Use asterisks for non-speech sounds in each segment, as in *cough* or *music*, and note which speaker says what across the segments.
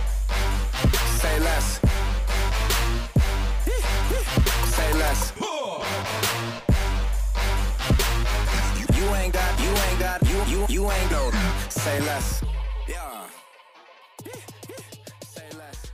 Speaker 1: Say less. Say less. You, you ain't got, you ain't got, you, you, you ain't no. Say less. Yeah. Say less.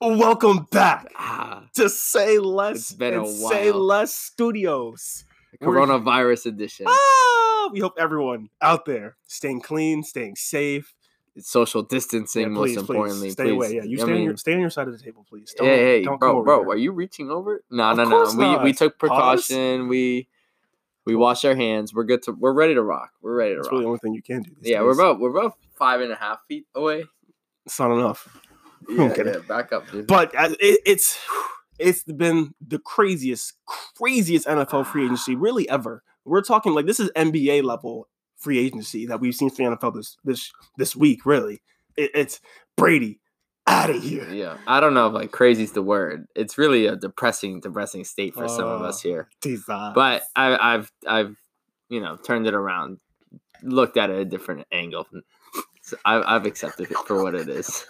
Speaker 2: Welcome back
Speaker 3: Ah,
Speaker 2: to Say Less
Speaker 3: It's been a
Speaker 2: and Say
Speaker 3: while.
Speaker 2: Less Studios. We're-
Speaker 3: coronavirus edition.
Speaker 2: Ah, we hope everyone out there staying clean, staying safe.
Speaker 3: It's Social distancing,
Speaker 2: Yeah,
Speaker 3: most importantly.
Speaker 2: stay
Speaker 3: please.
Speaker 2: away. Yeah, you
Speaker 3: I
Speaker 2: stay on
Speaker 3: mean,
Speaker 2: your stay on your side of the table, please. Don't,
Speaker 3: hey, hey,
Speaker 2: don't come
Speaker 3: bro,
Speaker 2: over
Speaker 3: bro,
Speaker 2: here.
Speaker 3: are you reaching over? No,
Speaker 2: Of
Speaker 3: no, no.
Speaker 2: course
Speaker 3: We we
Speaker 2: not.
Speaker 3: took
Speaker 2: Pause.
Speaker 3: precaution. We we wash our hands. We're good to. We're ready to rock. We're ready to
Speaker 2: That's
Speaker 3: rock.
Speaker 2: really the only thing you can do. these
Speaker 3: yeah, we're
Speaker 2: days.
Speaker 3: about we're about five and a half feet
Speaker 2: *laughs*
Speaker 3: away.
Speaker 2: It's not enough.
Speaker 3: Yeah,
Speaker 2: Okay.
Speaker 3: yeah, back up. Dude.
Speaker 2: But uh, it, it's *sighs* it's been the craziest, craziest NFL free
Speaker 3: *sighs*
Speaker 2: agency really ever. We're talking like this is NBA level free agency that we've seen for the NFL this this this week. Really, it, it's Brady out of here.
Speaker 3: yeah, I don't know if like crazy's the word. It's really a depressing, depressing state for some of
Speaker 2: Uh,
Speaker 3: us here.
Speaker 2: Disaster.
Speaker 3: But I, I've I've you know turned it around, looked at it a different angle. So I, I've accepted it for what it is.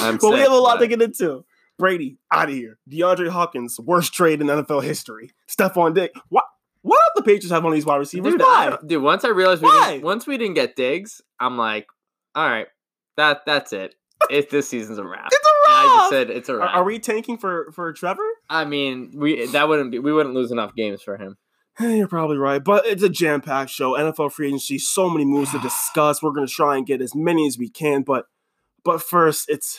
Speaker 3: I'm
Speaker 2: but we
Speaker 3: sad,
Speaker 2: have a lot to
Speaker 3: but-
Speaker 2: get into. Brady out of here. DeAndre Hopkins worst trade in NFL history. Stephon Dick. What? Why don't the Patriots have one of these wide receivers?
Speaker 3: Dude, I
Speaker 2: Why?
Speaker 3: don't- dude, once I realized we
Speaker 2: Why?
Speaker 3: didn't, once we didn't get digs, I'm like, all right, that that's it. It this season's a wrap.
Speaker 2: It's a
Speaker 3: And I
Speaker 2: wrap.
Speaker 3: just said it's a
Speaker 2: Are,
Speaker 3: wrap.
Speaker 2: are we tanking for for Trevor?
Speaker 3: I mean, we that wouldn't be we wouldn't lose enough games for him.
Speaker 2: Eh, You're probably right, but it's a jam packed show. NFL free agency, so many moves to
Speaker 3: *sighs*
Speaker 2: discuss. We're gonna try and get as many as we can, but but first, it's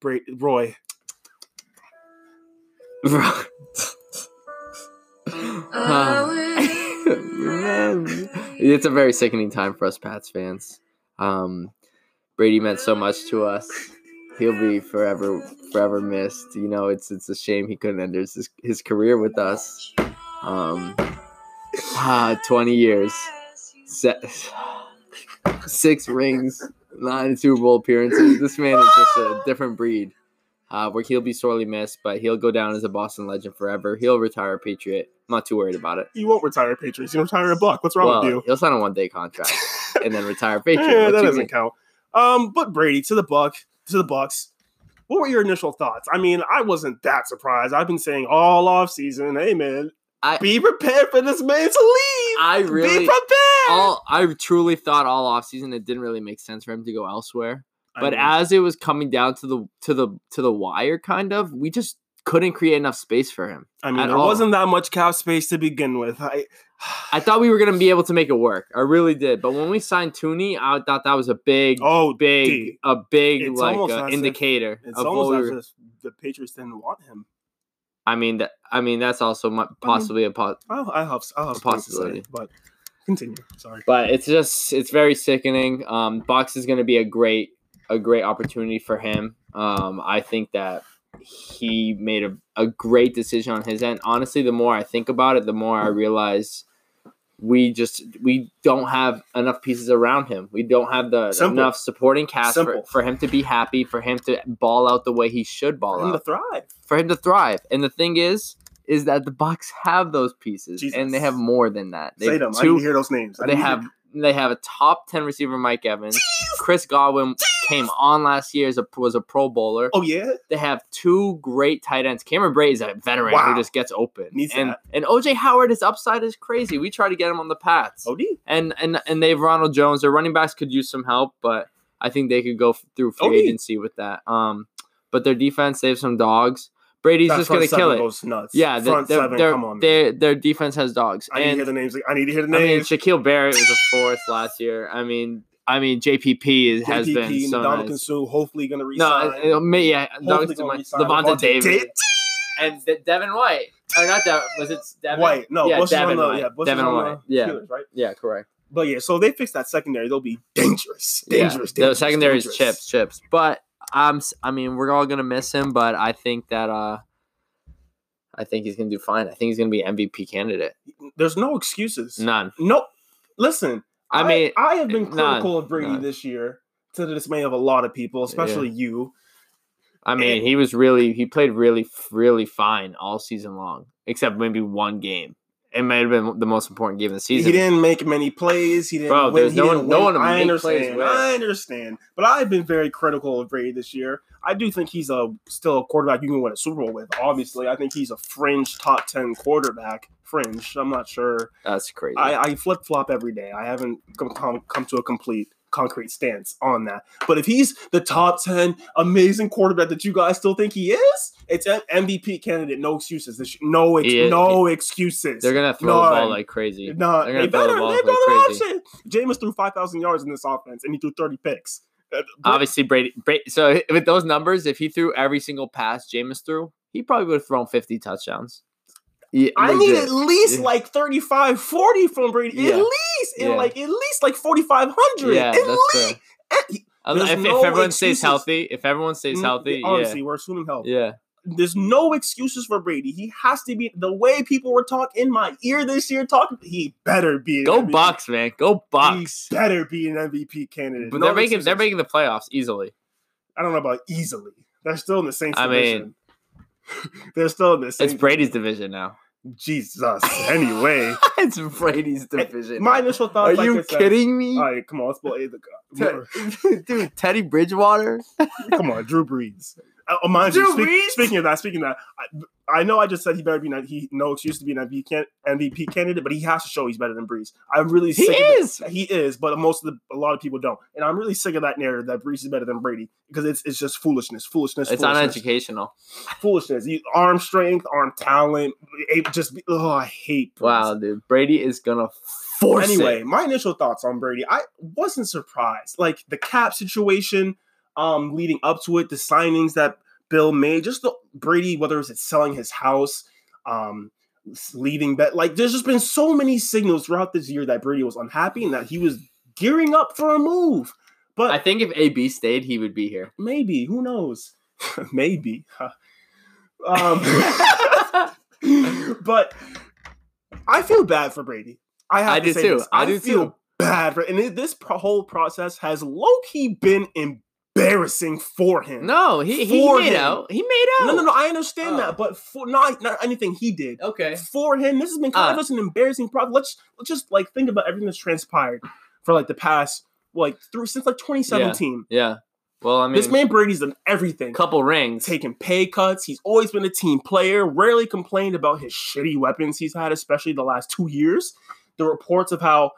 Speaker 2: Bra- Roy.
Speaker 3: Man, *laughs* it's a very sickening time for us Pats fans. Um, Brady meant so much to us. He'll be forever, forever missed. You know, it's it's a shame he couldn't end his his career with us. Um, ah, twenty years, se- *sighs* six rings, nine Super Bowl appearances. This man is just a different breed. Uh, where he'll be sorely missed, but he'll go down as a Boston legend forever. He'll retire a Patriot. I'm not too worried about it.
Speaker 2: You won't retire Patriots. You retire a buck. What's wrong
Speaker 3: well,
Speaker 2: with you?
Speaker 3: He'll sign a one
Speaker 2: *laughs*
Speaker 3: day contract and then retire
Speaker 2: Eh,
Speaker 3: Patriot. What
Speaker 2: that
Speaker 3: you
Speaker 2: doesn't
Speaker 3: mean?
Speaker 2: count. Um, but Brady to the buck to the Bucks. What were your initial thoughts? I mean, I wasn't that surprised. I've been saying all off season, hey man,
Speaker 3: I-
Speaker 2: be prepared for this man to leave.
Speaker 3: I
Speaker 2: be
Speaker 3: really
Speaker 2: prepared.
Speaker 3: all I truly thought all offseason it didn't really make sense for him to go elsewhere.
Speaker 2: I
Speaker 3: But
Speaker 2: mean,
Speaker 3: as it was coming down to the to the to the wire kind of, we just couldn't create enough space for him.
Speaker 2: I mean,
Speaker 3: at
Speaker 2: there
Speaker 3: all.
Speaker 2: wasn't that much cap space to begin with. I,
Speaker 3: I thought we were gonna be able to make it work. I really did. But when we signed Tooney, I thought that was a big
Speaker 2: oh,
Speaker 3: big
Speaker 2: D.
Speaker 3: a big
Speaker 2: It's
Speaker 3: like
Speaker 2: almost
Speaker 3: uh,
Speaker 2: as if-
Speaker 3: indicator
Speaker 2: It's
Speaker 3: of what
Speaker 2: almost
Speaker 3: we
Speaker 2: as
Speaker 3: were-
Speaker 2: if the Patriots didn't want him.
Speaker 3: I mean that I mean that's also my, possibly a po-
Speaker 2: I'll, I'll have, I'll have something to
Speaker 3: A
Speaker 2: say,
Speaker 3: possibility.
Speaker 2: but continue. Sorry.
Speaker 3: but it's just it's very sickening. Um, Box is going to be a great a great opportunity for him. Um, I think that he made a, a great decision on his end. Honestly, the more I think about it, the more I realize we just we don't have enough pieces around him. We don't have the
Speaker 2: Simple.
Speaker 3: enough supporting cast for,
Speaker 2: Simple.
Speaker 3: for him to be happy, for him to ball out the way he should ball
Speaker 2: Him to
Speaker 3: out,
Speaker 2: thrive.
Speaker 3: for him to thrive. And the thing is, is that the Bucks have those pieces, and they
Speaker 2: Jesus.
Speaker 3: have more than that. They
Speaker 2: Say
Speaker 3: have
Speaker 2: them. I
Speaker 3: two-
Speaker 2: need to hear those names. I
Speaker 3: they
Speaker 2: need to-
Speaker 3: have they have a top ten receiver, Mike Evans. Chris Godwin came on last year as a was a Pro Bowler.
Speaker 2: Oh yeah.
Speaker 3: They have two great tight ends. Cameron Bray is a veteran
Speaker 2: Wow.
Speaker 3: who just gets open,
Speaker 2: Needs
Speaker 3: and
Speaker 2: that.
Speaker 3: and OJ Howard his upside is crazy. We try to get him on the paths,
Speaker 2: Od.
Speaker 3: and and and they have Ronald Jones. Their running backs could use some help, but I think they could go f- through free
Speaker 2: OD.
Speaker 3: agency with that. Um, but their defense they have some dogs. Brady's
Speaker 2: That
Speaker 3: just
Speaker 2: front
Speaker 3: gonna
Speaker 2: seven
Speaker 3: kill it.
Speaker 2: Goes nuts.
Speaker 3: Yeah, they
Speaker 2: Front
Speaker 3: their,
Speaker 2: seven.
Speaker 3: their,
Speaker 2: come on. man.
Speaker 3: their, their defense has dogs.
Speaker 2: I need to
Speaker 3: and
Speaker 2: hear the names. I need to hear the
Speaker 3: I mean,
Speaker 2: names.
Speaker 3: Shaquille Barrett was a fourth last year. I mean, I mean, JPP is, has been
Speaker 2: JPP,
Speaker 3: so
Speaker 2: Ndamukong
Speaker 3: nice.
Speaker 2: Suh, hopefully going to
Speaker 3: No,
Speaker 2: resign.
Speaker 3: it, it, me, yeah,
Speaker 2: Hopefully Oh,
Speaker 3: Dogs
Speaker 2: gonna
Speaker 3: my,
Speaker 2: resign.
Speaker 3: Levante
Speaker 2: Vontae
Speaker 3: Davis
Speaker 2: Davis.
Speaker 3: and De- Devin White. Or not that was it? Devin?
Speaker 2: White. No,
Speaker 3: yeah,
Speaker 2: Bush is on
Speaker 3: Devin
Speaker 2: the,
Speaker 3: White.
Speaker 2: yeah, Bush is
Speaker 3: Devin
Speaker 2: on the
Speaker 3: White. Yeah,
Speaker 2: Steelers, right?
Speaker 3: yeah, correct.
Speaker 2: But yeah, so they fix that secondary. They'll be dangerous.
Speaker 3: Yeah.
Speaker 2: Dangerous.
Speaker 3: The
Speaker 2: dangerous,
Speaker 3: secondary is
Speaker 2: dangerous.
Speaker 3: chips, chips. But I'm, s- I mean, we're all gonna miss him, but I think that uh, I think he's gonna do fine. I think he's gonna be MVP candidate.
Speaker 2: There's no excuses.
Speaker 3: None.
Speaker 2: No, listen.
Speaker 3: I mean, eh,
Speaker 2: I have been
Speaker 3: none,
Speaker 2: critical of Brady
Speaker 3: none.
Speaker 2: this year, to the dismay of a lot of people, especially you.
Speaker 3: I mean, he was really he played really f- really fine all season long, except maybe one game. It may have been the most important game of the season.
Speaker 2: He didn't make many plays. He didn't.
Speaker 3: Bro,
Speaker 2: win.
Speaker 3: there's
Speaker 2: He
Speaker 3: no
Speaker 2: didn't
Speaker 3: one- no
Speaker 2: win.
Speaker 3: one to
Speaker 2: I
Speaker 3: make plays
Speaker 2: understand.
Speaker 3: with.
Speaker 2: I understand. But I've been very critical of Brady this year. I do think he's a still a quarterback you can win a Super Bowl with. Obviously, I think he's a fringe top ten quarterback. Fringe. I'm not sure.
Speaker 3: That's crazy.
Speaker 2: I, I flip flop every day. I haven't come, come come to a complete concrete stance on that. But if he's the top ten amazing quarterback that you guys still think he is, it's an MVP candidate. No excuses. This- No ex-
Speaker 3: He is-
Speaker 2: no excuses.
Speaker 3: They're gonna throw the
Speaker 2: None.
Speaker 3: ball like crazy.
Speaker 2: No,
Speaker 3: They're
Speaker 2: they
Speaker 3: gonna throw the
Speaker 2: better.
Speaker 3: ball
Speaker 2: They better
Speaker 3: like
Speaker 2: watch
Speaker 3: crazy.
Speaker 2: it. Jameis threw five thousand yards in this offense, and he threw thirty picks. Uh, Bra-
Speaker 3: Obviously, Brady, Brady. So with those numbers, if he threw every single pass Jameis threw, he probably would have thrown 50 touchdowns. Yeah,
Speaker 2: I need
Speaker 3: legit.
Speaker 2: at least
Speaker 3: Yeah.
Speaker 2: like 35, 40 from Brady. At
Speaker 3: Yeah.
Speaker 2: least, and
Speaker 3: Yeah.
Speaker 2: like at least like forty five hundred.
Speaker 3: Yeah,
Speaker 2: at
Speaker 3: that's
Speaker 2: least. Eh,
Speaker 3: fair.
Speaker 2: at-
Speaker 3: Other-
Speaker 2: there's
Speaker 3: If, if
Speaker 2: no
Speaker 3: everyone
Speaker 2: excuses.
Speaker 3: stays healthy, if everyone stays
Speaker 2: Mm,
Speaker 3: healthy,
Speaker 2: Honestly, we're assuming health.
Speaker 3: yeah, yeah.
Speaker 2: There's no excuses for Brady. He has to be the way people were talking in my ear this year. Talking, he better be. an
Speaker 3: Go
Speaker 2: MVP.
Speaker 3: Bucks, man. Go Bucks.
Speaker 2: He better be an MVP candidate.
Speaker 3: But
Speaker 2: No
Speaker 3: they're making they're
Speaker 2: excuses.
Speaker 3: making the playoffs easily.
Speaker 2: I don't know about easily. They're still in the Saints
Speaker 3: I
Speaker 2: division. *laughs* They're still in the
Speaker 3: It's
Speaker 2: Saints.
Speaker 3: Brady's division now.
Speaker 2: Jesus.
Speaker 3: *laughs*
Speaker 2: Anyway,
Speaker 3: it's Brady's division.
Speaker 2: my initial
Speaker 3: Are
Speaker 2: thoughts. like
Speaker 3: you
Speaker 2: I said-
Speaker 3: kidding me,
Speaker 2: All right, come on, let's blow eight.
Speaker 3: Te- *laughs* dude? Teddy Bridgewater.
Speaker 2: Come on, Drew Brees. Uh, oh, mind you,
Speaker 3: Drew
Speaker 2: speak-
Speaker 3: Brees?
Speaker 2: speaking of that, speaking of that, I, I know I just said he better be not, he no excuse to be an MVP, can, MVP candidate, but he has to show he's better than Brees. I'm really
Speaker 3: He
Speaker 2: sick of it.
Speaker 3: is.
Speaker 2: He is, but most of the a lot of people don't, and I'm really sick of that narrative that Brees is better than Brady because it's it's just foolishness, foolishness.
Speaker 3: It's
Speaker 2: foolishness.
Speaker 3: uneducational.
Speaker 2: foolishness. You, arm strength, arm talent. It just be- oh, I hate. Brees.
Speaker 3: Wow, dude. Brady is gonna force it.
Speaker 2: Anyway, my initial thoughts on Brady. I wasn't surprised. Like the cap situation, um, leading up to it, the signings that Bill made, just the Brady, whether it's selling his house, um, s- leaving bet. Like there's just been so many signals throughout this year that Brady was unhappy and that he was gearing up for a move. But
Speaker 3: I think if AB stayed, he would be *laughs* here.
Speaker 2: maybe who knows? *laughs* maybe. *laughs* huh. Um. *clears throat* but I feel bad for Brady. I have
Speaker 3: I
Speaker 2: to
Speaker 3: do
Speaker 2: say
Speaker 3: too.
Speaker 2: this.
Speaker 3: I do
Speaker 2: feel
Speaker 3: too.
Speaker 2: bad for, and it- this pro- whole process has low key been embarrassing for him.
Speaker 3: no, he, he
Speaker 2: For
Speaker 3: made
Speaker 2: him.
Speaker 3: out. He made out.
Speaker 2: no, no, no, I understand
Speaker 3: Oh.
Speaker 2: that, but for not not anything he did.
Speaker 3: Okay.
Speaker 2: For him, this has been kind of
Speaker 3: Uh.
Speaker 2: just an embarrassing problem. Let's let's just like think about everything that's transpired for like the past like through since like 2017.
Speaker 3: Yeah. Well, I mean,
Speaker 2: this man Brady's done everything.
Speaker 3: couple rings.
Speaker 2: taking pay cuts. He's always been a team player, rarely complained about his shitty weapons he's had, especially the last two years. The reports of how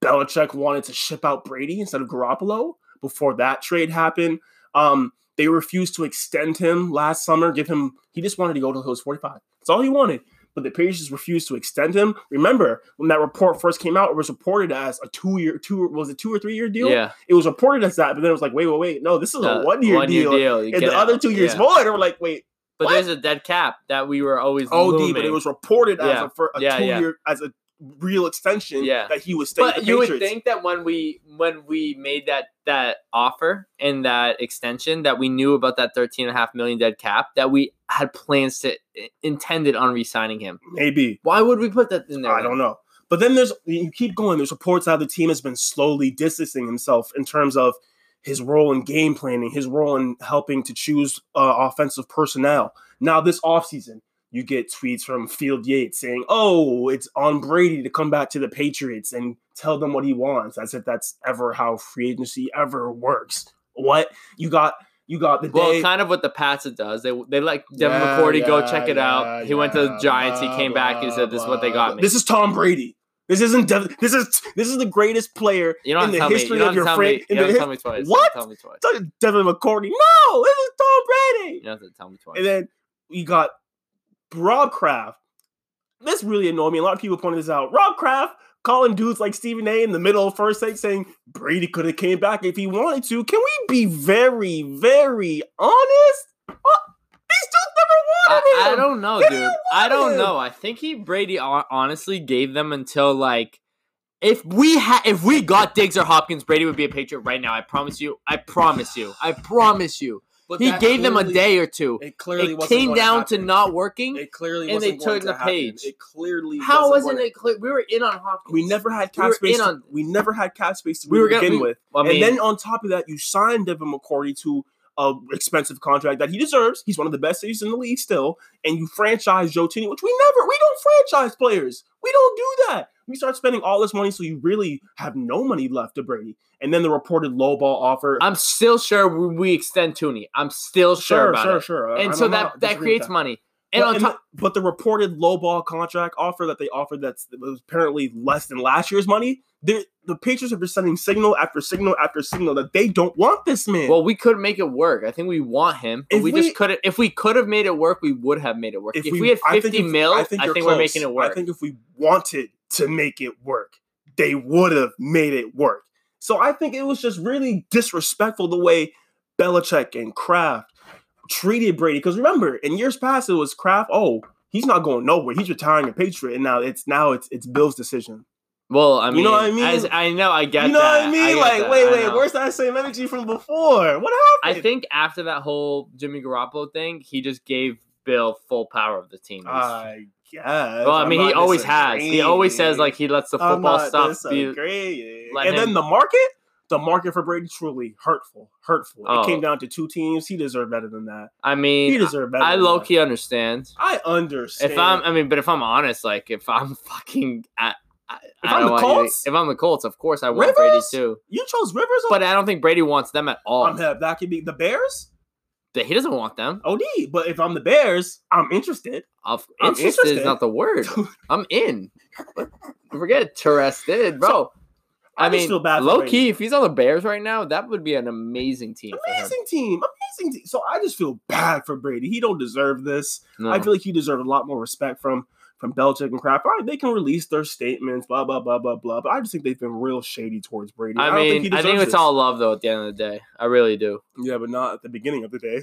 Speaker 2: Belichick wanted to ship out Brady instead of Garoppolo before that trade happened. Um, they refused to extend him last summer, give him, he just wanted to go till he was 45. That's all he wanted. But the Patriots refused to extend him. Remember, when that report first came out, it was reported as a two year, two was it two or three year deal?
Speaker 3: yeah.
Speaker 2: It was reported as that, but then it was like, wait, wait, wait, no, this is a
Speaker 3: Uh,
Speaker 2: one year
Speaker 3: one-year
Speaker 2: deal. And
Speaker 3: you get
Speaker 2: the other
Speaker 3: out.
Speaker 2: two years
Speaker 3: Yeah.
Speaker 2: more, they were like, wait,
Speaker 3: But
Speaker 2: What?
Speaker 3: there's a dead cap that we were always
Speaker 2: OD,
Speaker 3: looming.
Speaker 2: but it was reported as
Speaker 3: Yeah.
Speaker 2: a, for a
Speaker 3: Yeah,
Speaker 2: two
Speaker 3: yeah.
Speaker 2: year as a real extension
Speaker 3: Yeah.
Speaker 2: that he was staying.
Speaker 3: But
Speaker 2: with the
Speaker 3: you would
Speaker 2: Patriots.
Speaker 3: think that when we when we made that that offer and that extension that we knew about that 13 and a half million dead cap that we had plans to intended on re-signing him.
Speaker 2: maybe
Speaker 3: Why would we put that in there?
Speaker 2: I
Speaker 3: then?
Speaker 2: don't know. But then there's you keep going. There's reports how the team has been slowly distancing himself in terms of his role in game planning, his role in helping to choose uh, offensive personnel. Now this offseason, you get tweets from Field Yates saying, "Oh, it's on Brady to come back to the Patriots and tell them what he wants," as if that's ever how free agency ever works. What you got? You got the
Speaker 3: Well,
Speaker 2: day.
Speaker 3: kind of what the Pats it does. They they let Devin
Speaker 2: Yeah,
Speaker 3: McCourty go
Speaker 2: yeah,
Speaker 3: check it out.
Speaker 2: yeah,
Speaker 3: He went to the
Speaker 2: yeah,
Speaker 3: Giants. he
Speaker 2: blah,
Speaker 3: came back. He
Speaker 2: blah,
Speaker 3: said, "This is what they
Speaker 2: blah,
Speaker 3: got
Speaker 2: blah.
Speaker 3: me."
Speaker 2: This is Tom Brady. This isn't. Dev- this is this is the greatest player
Speaker 3: you
Speaker 2: in
Speaker 3: don't have to
Speaker 2: the
Speaker 3: tell
Speaker 2: history
Speaker 3: me. You
Speaker 2: of
Speaker 3: don't
Speaker 2: your
Speaker 3: have to tell
Speaker 2: friend-
Speaker 3: me. You
Speaker 2: in
Speaker 3: don't have
Speaker 2: the
Speaker 3: to tell me twice. You
Speaker 2: What?
Speaker 3: don't have to Tell me twice.
Speaker 2: Tell Devin McCourty. No, this is Tom Brady.
Speaker 3: You don't have to tell me twice.
Speaker 2: And then you got Rob Kraft. This really annoyed me. A lot of people pointed this out. Rob Kraft calling dudes like Stephen A. in the middle of first take saying Brady could have came back if he wanted to. Can we be very, very honest? What? These dudes never wanted
Speaker 3: I, I
Speaker 2: him.
Speaker 3: don't know,
Speaker 2: They
Speaker 3: dude.
Speaker 2: didn't
Speaker 3: I don't
Speaker 2: him.
Speaker 3: know. I think he Brady hon- honestly gave them until like if we had if we got Diggs or Hopkins, Brady would be a Patriot right now. I promise you. I promise you. I promise you.
Speaker 2: But
Speaker 3: he
Speaker 2: that
Speaker 3: gave them a
Speaker 2: clearly-
Speaker 3: day or two.
Speaker 2: It
Speaker 3: It,
Speaker 2: clearly wasn't
Speaker 3: came
Speaker 2: going to
Speaker 3: down to
Speaker 2: happen.
Speaker 3: not working.
Speaker 2: It clearly
Speaker 3: and they
Speaker 2: wasn't going
Speaker 3: turned the
Speaker 2: to happen.
Speaker 3: page.
Speaker 2: It clearly
Speaker 3: How
Speaker 2: wasn't
Speaker 3: wasn't
Speaker 2: going
Speaker 3: it clear? We were in on Hopkins.
Speaker 2: We never had
Speaker 3: We
Speaker 2: cap
Speaker 3: were
Speaker 2: space.
Speaker 3: in
Speaker 2: to-
Speaker 3: on-
Speaker 2: we never had cap space to
Speaker 3: We were
Speaker 2: begin
Speaker 3: gonna- we-
Speaker 2: with.
Speaker 3: I mean,
Speaker 2: and then on top of that, you signed Devin McCourty to a expensive contract that he deserves. He's one of the best safeties in the league still. And you franchise Joe Tinney, which we never. We don't franchise players. We don't do that. We start spending all this money, so you really have no money left to Brady. And then the reported lowball offer.
Speaker 3: I'm still sure we- we extend Tooney. I'm still sure, about
Speaker 2: sure,
Speaker 3: it.
Speaker 2: sure.
Speaker 3: And
Speaker 2: I-
Speaker 3: so
Speaker 2: I'm
Speaker 3: that
Speaker 2: not
Speaker 3: that
Speaker 2: disagreeing with
Speaker 3: creates money. And
Speaker 2: but,
Speaker 3: on top,
Speaker 2: the, but the reported lowball contract offer that they offered that's that was apparently less than last year's money. they're- The Patriots have been sending signal after signal after signal that they don't want this *laughs* man.
Speaker 3: well, we could make it work. I think we want him. But
Speaker 2: If
Speaker 3: we,
Speaker 2: we-
Speaker 3: just couldn't. If we could have made it work, we would have made it work. If, we, had
Speaker 2: I
Speaker 3: 50
Speaker 2: if-
Speaker 3: mil, I think,
Speaker 2: you're
Speaker 3: we're
Speaker 2: close.
Speaker 3: making it work.
Speaker 2: I think if we wanted to make it work, they would have made it work. So I think it was just really disrespectful the way Belichick and Kraft treated Brady. Because remember, in years past, it was Kraft. Oh, he's not going nowhere. He's retiring a Patriot, and now it's now it's it's Bill's decision.
Speaker 3: well, I mean,
Speaker 2: You know what I mean?
Speaker 3: as- I know. I get.
Speaker 2: you know
Speaker 3: that.
Speaker 2: what I mean?
Speaker 3: get
Speaker 2: like,
Speaker 3: that,
Speaker 2: wait,
Speaker 3: I
Speaker 2: wait,
Speaker 3: know.
Speaker 2: where's that same energy from before? What
Speaker 3: I
Speaker 2: happened?
Speaker 3: think after that whole Jimmy Garoppolo thing, he just gave Bill full power of the team.
Speaker 2: I guess.
Speaker 3: well, I mean,
Speaker 2: Ah, I'm
Speaker 3: he
Speaker 2: not
Speaker 3: always has. He always says like he lets the
Speaker 2: disagreeing. I'm
Speaker 3: football
Speaker 2: not
Speaker 3: stuff be.
Speaker 2: disagreeing.
Speaker 3: let
Speaker 2: And then
Speaker 3: him-
Speaker 2: the market, the market for Brady truly hurtful, hurtful. It
Speaker 3: Oh.
Speaker 2: came down to two teams. He deserved better than that.
Speaker 3: I
Speaker 2: He
Speaker 3: mean,
Speaker 2: deserved better.
Speaker 3: I
Speaker 2: than
Speaker 3: low
Speaker 2: that.
Speaker 3: key understand.
Speaker 2: I understand.
Speaker 3: If I'm, I mean, but if I'm honest, like if I'm *laughs* fucking, I, I,
Speaker 2: If
Speaker 3: I
Speaker 2: I'm
Speaker 3: don't
Speaker 2: the
Speaker 3: want you to-
Speaker 2: Colts?
Speaker 3: if I'm the Colts, of course I want Brady
Speaker 2: Rivers?
Speaker 3: too.
Speaker 2: you chose Rivers,
Speaker 3: But I don't think Brady wants them at all.
Speaker 2: I'm happy. That could be the Bears.
Speaker 3: That he doesn't want them.
Speaker 2: Od, but if I'm the Bears, I'm interested.
Speaker 3: Of-
Speaker 2: I'm
Speaker 3: interested,
Speaker 2: interested.
Speaker 3: is not the word. I'm in. Forget interested, bro.
Speaker 2: I,
Speaker 3: I,
Speaker 2: just
Speaker 3: mean,
Speaker 2: feel bad. for
Speaker 3: low
Speaker 2: Brady.
Speaker 3: key, if he's on the Bears right now, that would be an amazing team. for him.
Speaker 2: amazing team, amazing team. So I just feel bad for Brady. He don't deserve this.
Speaker 3: No.
Speaker 2: I feel like he deserved a lot more respect from from Belichick and Kraft. All right, they can release their statements, blah blah blah blah blah. But I just think they've been real shady towards Brady.
Speaker 3: I
Speaker 2: don't
Speaker 3: mean, I
Speaker 2: deserves
Speaker 3: think it's
Speaker 2: this.
Speaker 3: all love though. At the end of the day, I really do.
Speaker 2: yeah, but not at the beginning of the day,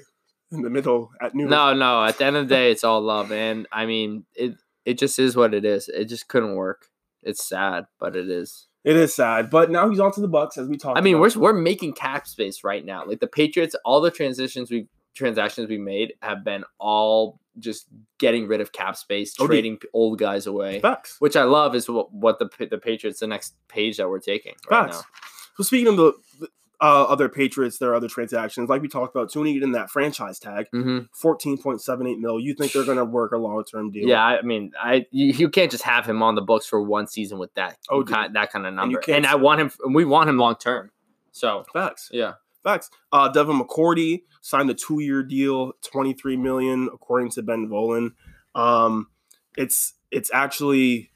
Speaker 2: in the middle at noon.
Speaker 3: No, no. At the end of the day, it's all love, and I mean, it it just is what it is. It just couldn't work. It's sad, but it is.
Speaker 2: It is sad, but now he's on to the Bucks as we talk.
Speaker 3: I mean, we're we're making cap space right now. Like the Patriots, all the transitions we transactions we made have been all just getting rid of cap space,
Speaker 2: Oh, dude.
Speaker 3: trading p old guys away,
Speaker 2: Bucks.
Speaker 3: which I love. Is what, what the Pa- the Patriots the next page that we're taking right
Speaker 2: Facts.
Speaker 3: now.
Speaker 2: So speaking of the the, uh, other Patriots, there are other transactions like we talked about. Tuning in that franchise tag,
Speaker 3: Mm-hmm.
Speaker 2: fourteen point seven eight mil. You think they're going to work a long term deal?
Speaker 3: Yeah, I mean, I you, you can't just have him on the books for one season with that
Speaker 2: Oh,
Speaker 3: you
Speaker 2: dude.
Speaker 3: ki- that kind of
Speaker 2: you
Speaker 3: number. And,
Speaker 2: can't s-
Speaker 3: I want him. and We want him long term. So
Speaker 2: Facts.
Speaker 3: yeah,
Speaker 2: Facts. Uh, Devin McCourty signed a two-year deal, twenty-three million, according to Ben Volen. Um, it's it's actually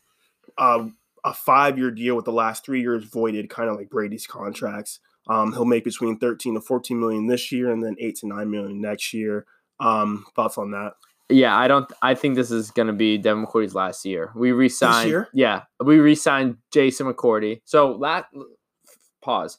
Speaker 2: uh, a five-year deal with the last three years voided, kind of like Brady's contracts. Um, he'll make between thirteen to fourteen million this year, and then eight to nine million next year. Um, thoughts on that?
Speaker 3: yeah. I don't. I think this is going to be Devin McCourty's last year. We re-signed.
Speaker 2: year?
Speaker 3: Yeah, we re-signed Jason McCourty. So last pause.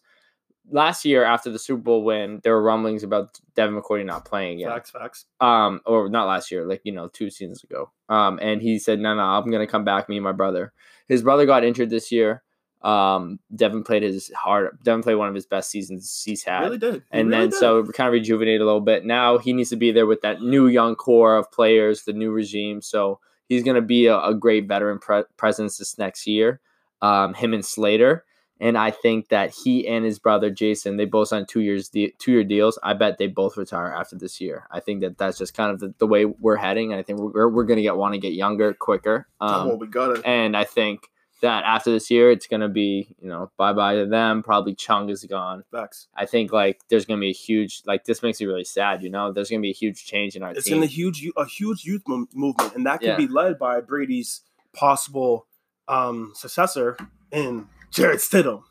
Speaker 3: Last year, after the Super Bowl win, there were rumblings about Devin McCourty not playing again.
Speaker 2: Facts. Facts.
Speaker 3: um or not last year like you know two seasons ago um and he said no no i'm gonna come back me and my brother his brother got injured this year um devin played his hard devin played one of his best seasons he's had
Speaker 2: Really did. He
Speaker 3: and
Speaker 2: really
Speaker 3: then
Speaker 2: did.
Speaker 3: so it kind of rejuvenated a little bit now he needs to be there with that new young core of players the new regime so he's gonna be a, a great veteran pre- presence this next year um him and slater and I think that he and his brother Jason, they both signed two years de- two year deals. I bet they both retire after this year. I think that that's just kind of the, the way we're heading. And I think we're, we're going to get want to get younger quicker.
Speaker 2: Oh,
Speaker 3: Um,
Speaker 2: well, we got it.
Speaker 3: and I think that after this year, it's going to be you know bye bye to them. Probably Chung is gone.
Speaker 2: Facts.
Speaker 3: I think like there's going to be a huge like this makes me really sad. You know, there's going to be a huge change in our
Speaker 2: It's
Speaker 3: team.
Speaker 2: in a huge you- a huge youth mo- movement, and that can
Speaker 3: Yeah.
Speaker 2: be led by Brady's possible um, successor in Jared Stidham.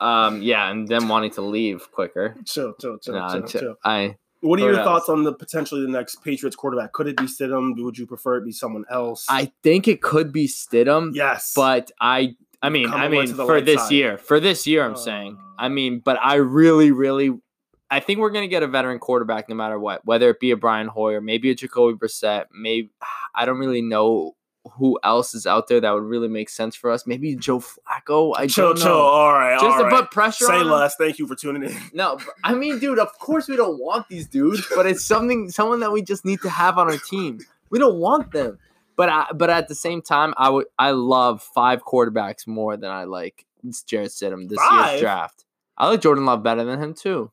Speaker 3: um, yeah, and them wanting to leave quicker.
Speaker 2: Chill, chill, chill,
Speaker 3: Nah,
Speaker 2: chill,
Speaker 3: ch-
Speaker 2: chill.
Speaker 3: I
Speaker 2: What are
Speaker 3: Who
Speaker 2: your
Speaker 3: knows?
Speaker 2: thoughts on the potentially the next Patriots quarterback? Could it be Stidham? Would you prefer it be someone else?
Speaker 3: I think it could be Stidham.
Speaker 2: yes,
Speaker 3: but I I mean
Speaker 2: come
Speaker 3: I
Speaker 2: over
Speaker 3: mean
Speaker 2: to the
Speaker 3: for
Speaker 2: light
Speaker 3: this
Speaker 2: side.
Speaker 3: year for this year I'm
Speaker 2: Uh.
Speaker 3: saying I mean but I really really I think we're gonna get a veteran quarterback no matter what whether it be a Brian Hoyer maybe a Jacoby Brissett maybe I don't really know who else is out there that would really make sense for us. Maybe Joe Flacco. I
Speaker 2: chill,
Speaker 3: don't
Speaker 2: chill.
Speaker 3: know.
Speaker 2: All right,
Speaker 3: Just
Speaker 2: all
Speaker 3: to
Speaker 2: right.
Speaker 3: put pressure
Speaker 2: Say
Speaker 3: on him.
Speaker 2: less. Thank you for tuning in.
Speaker 3: No, but- I mean, dude, of course we don't want these dudes, but it's something, someone that we just need to have on our team. We don't want them, but I, but at the same time, I would, I love five quarterbacks more than I like Jared Stidham this
Speaker 2: Five?
Speaker 3: year's draft. I like Jordan Love better than him too.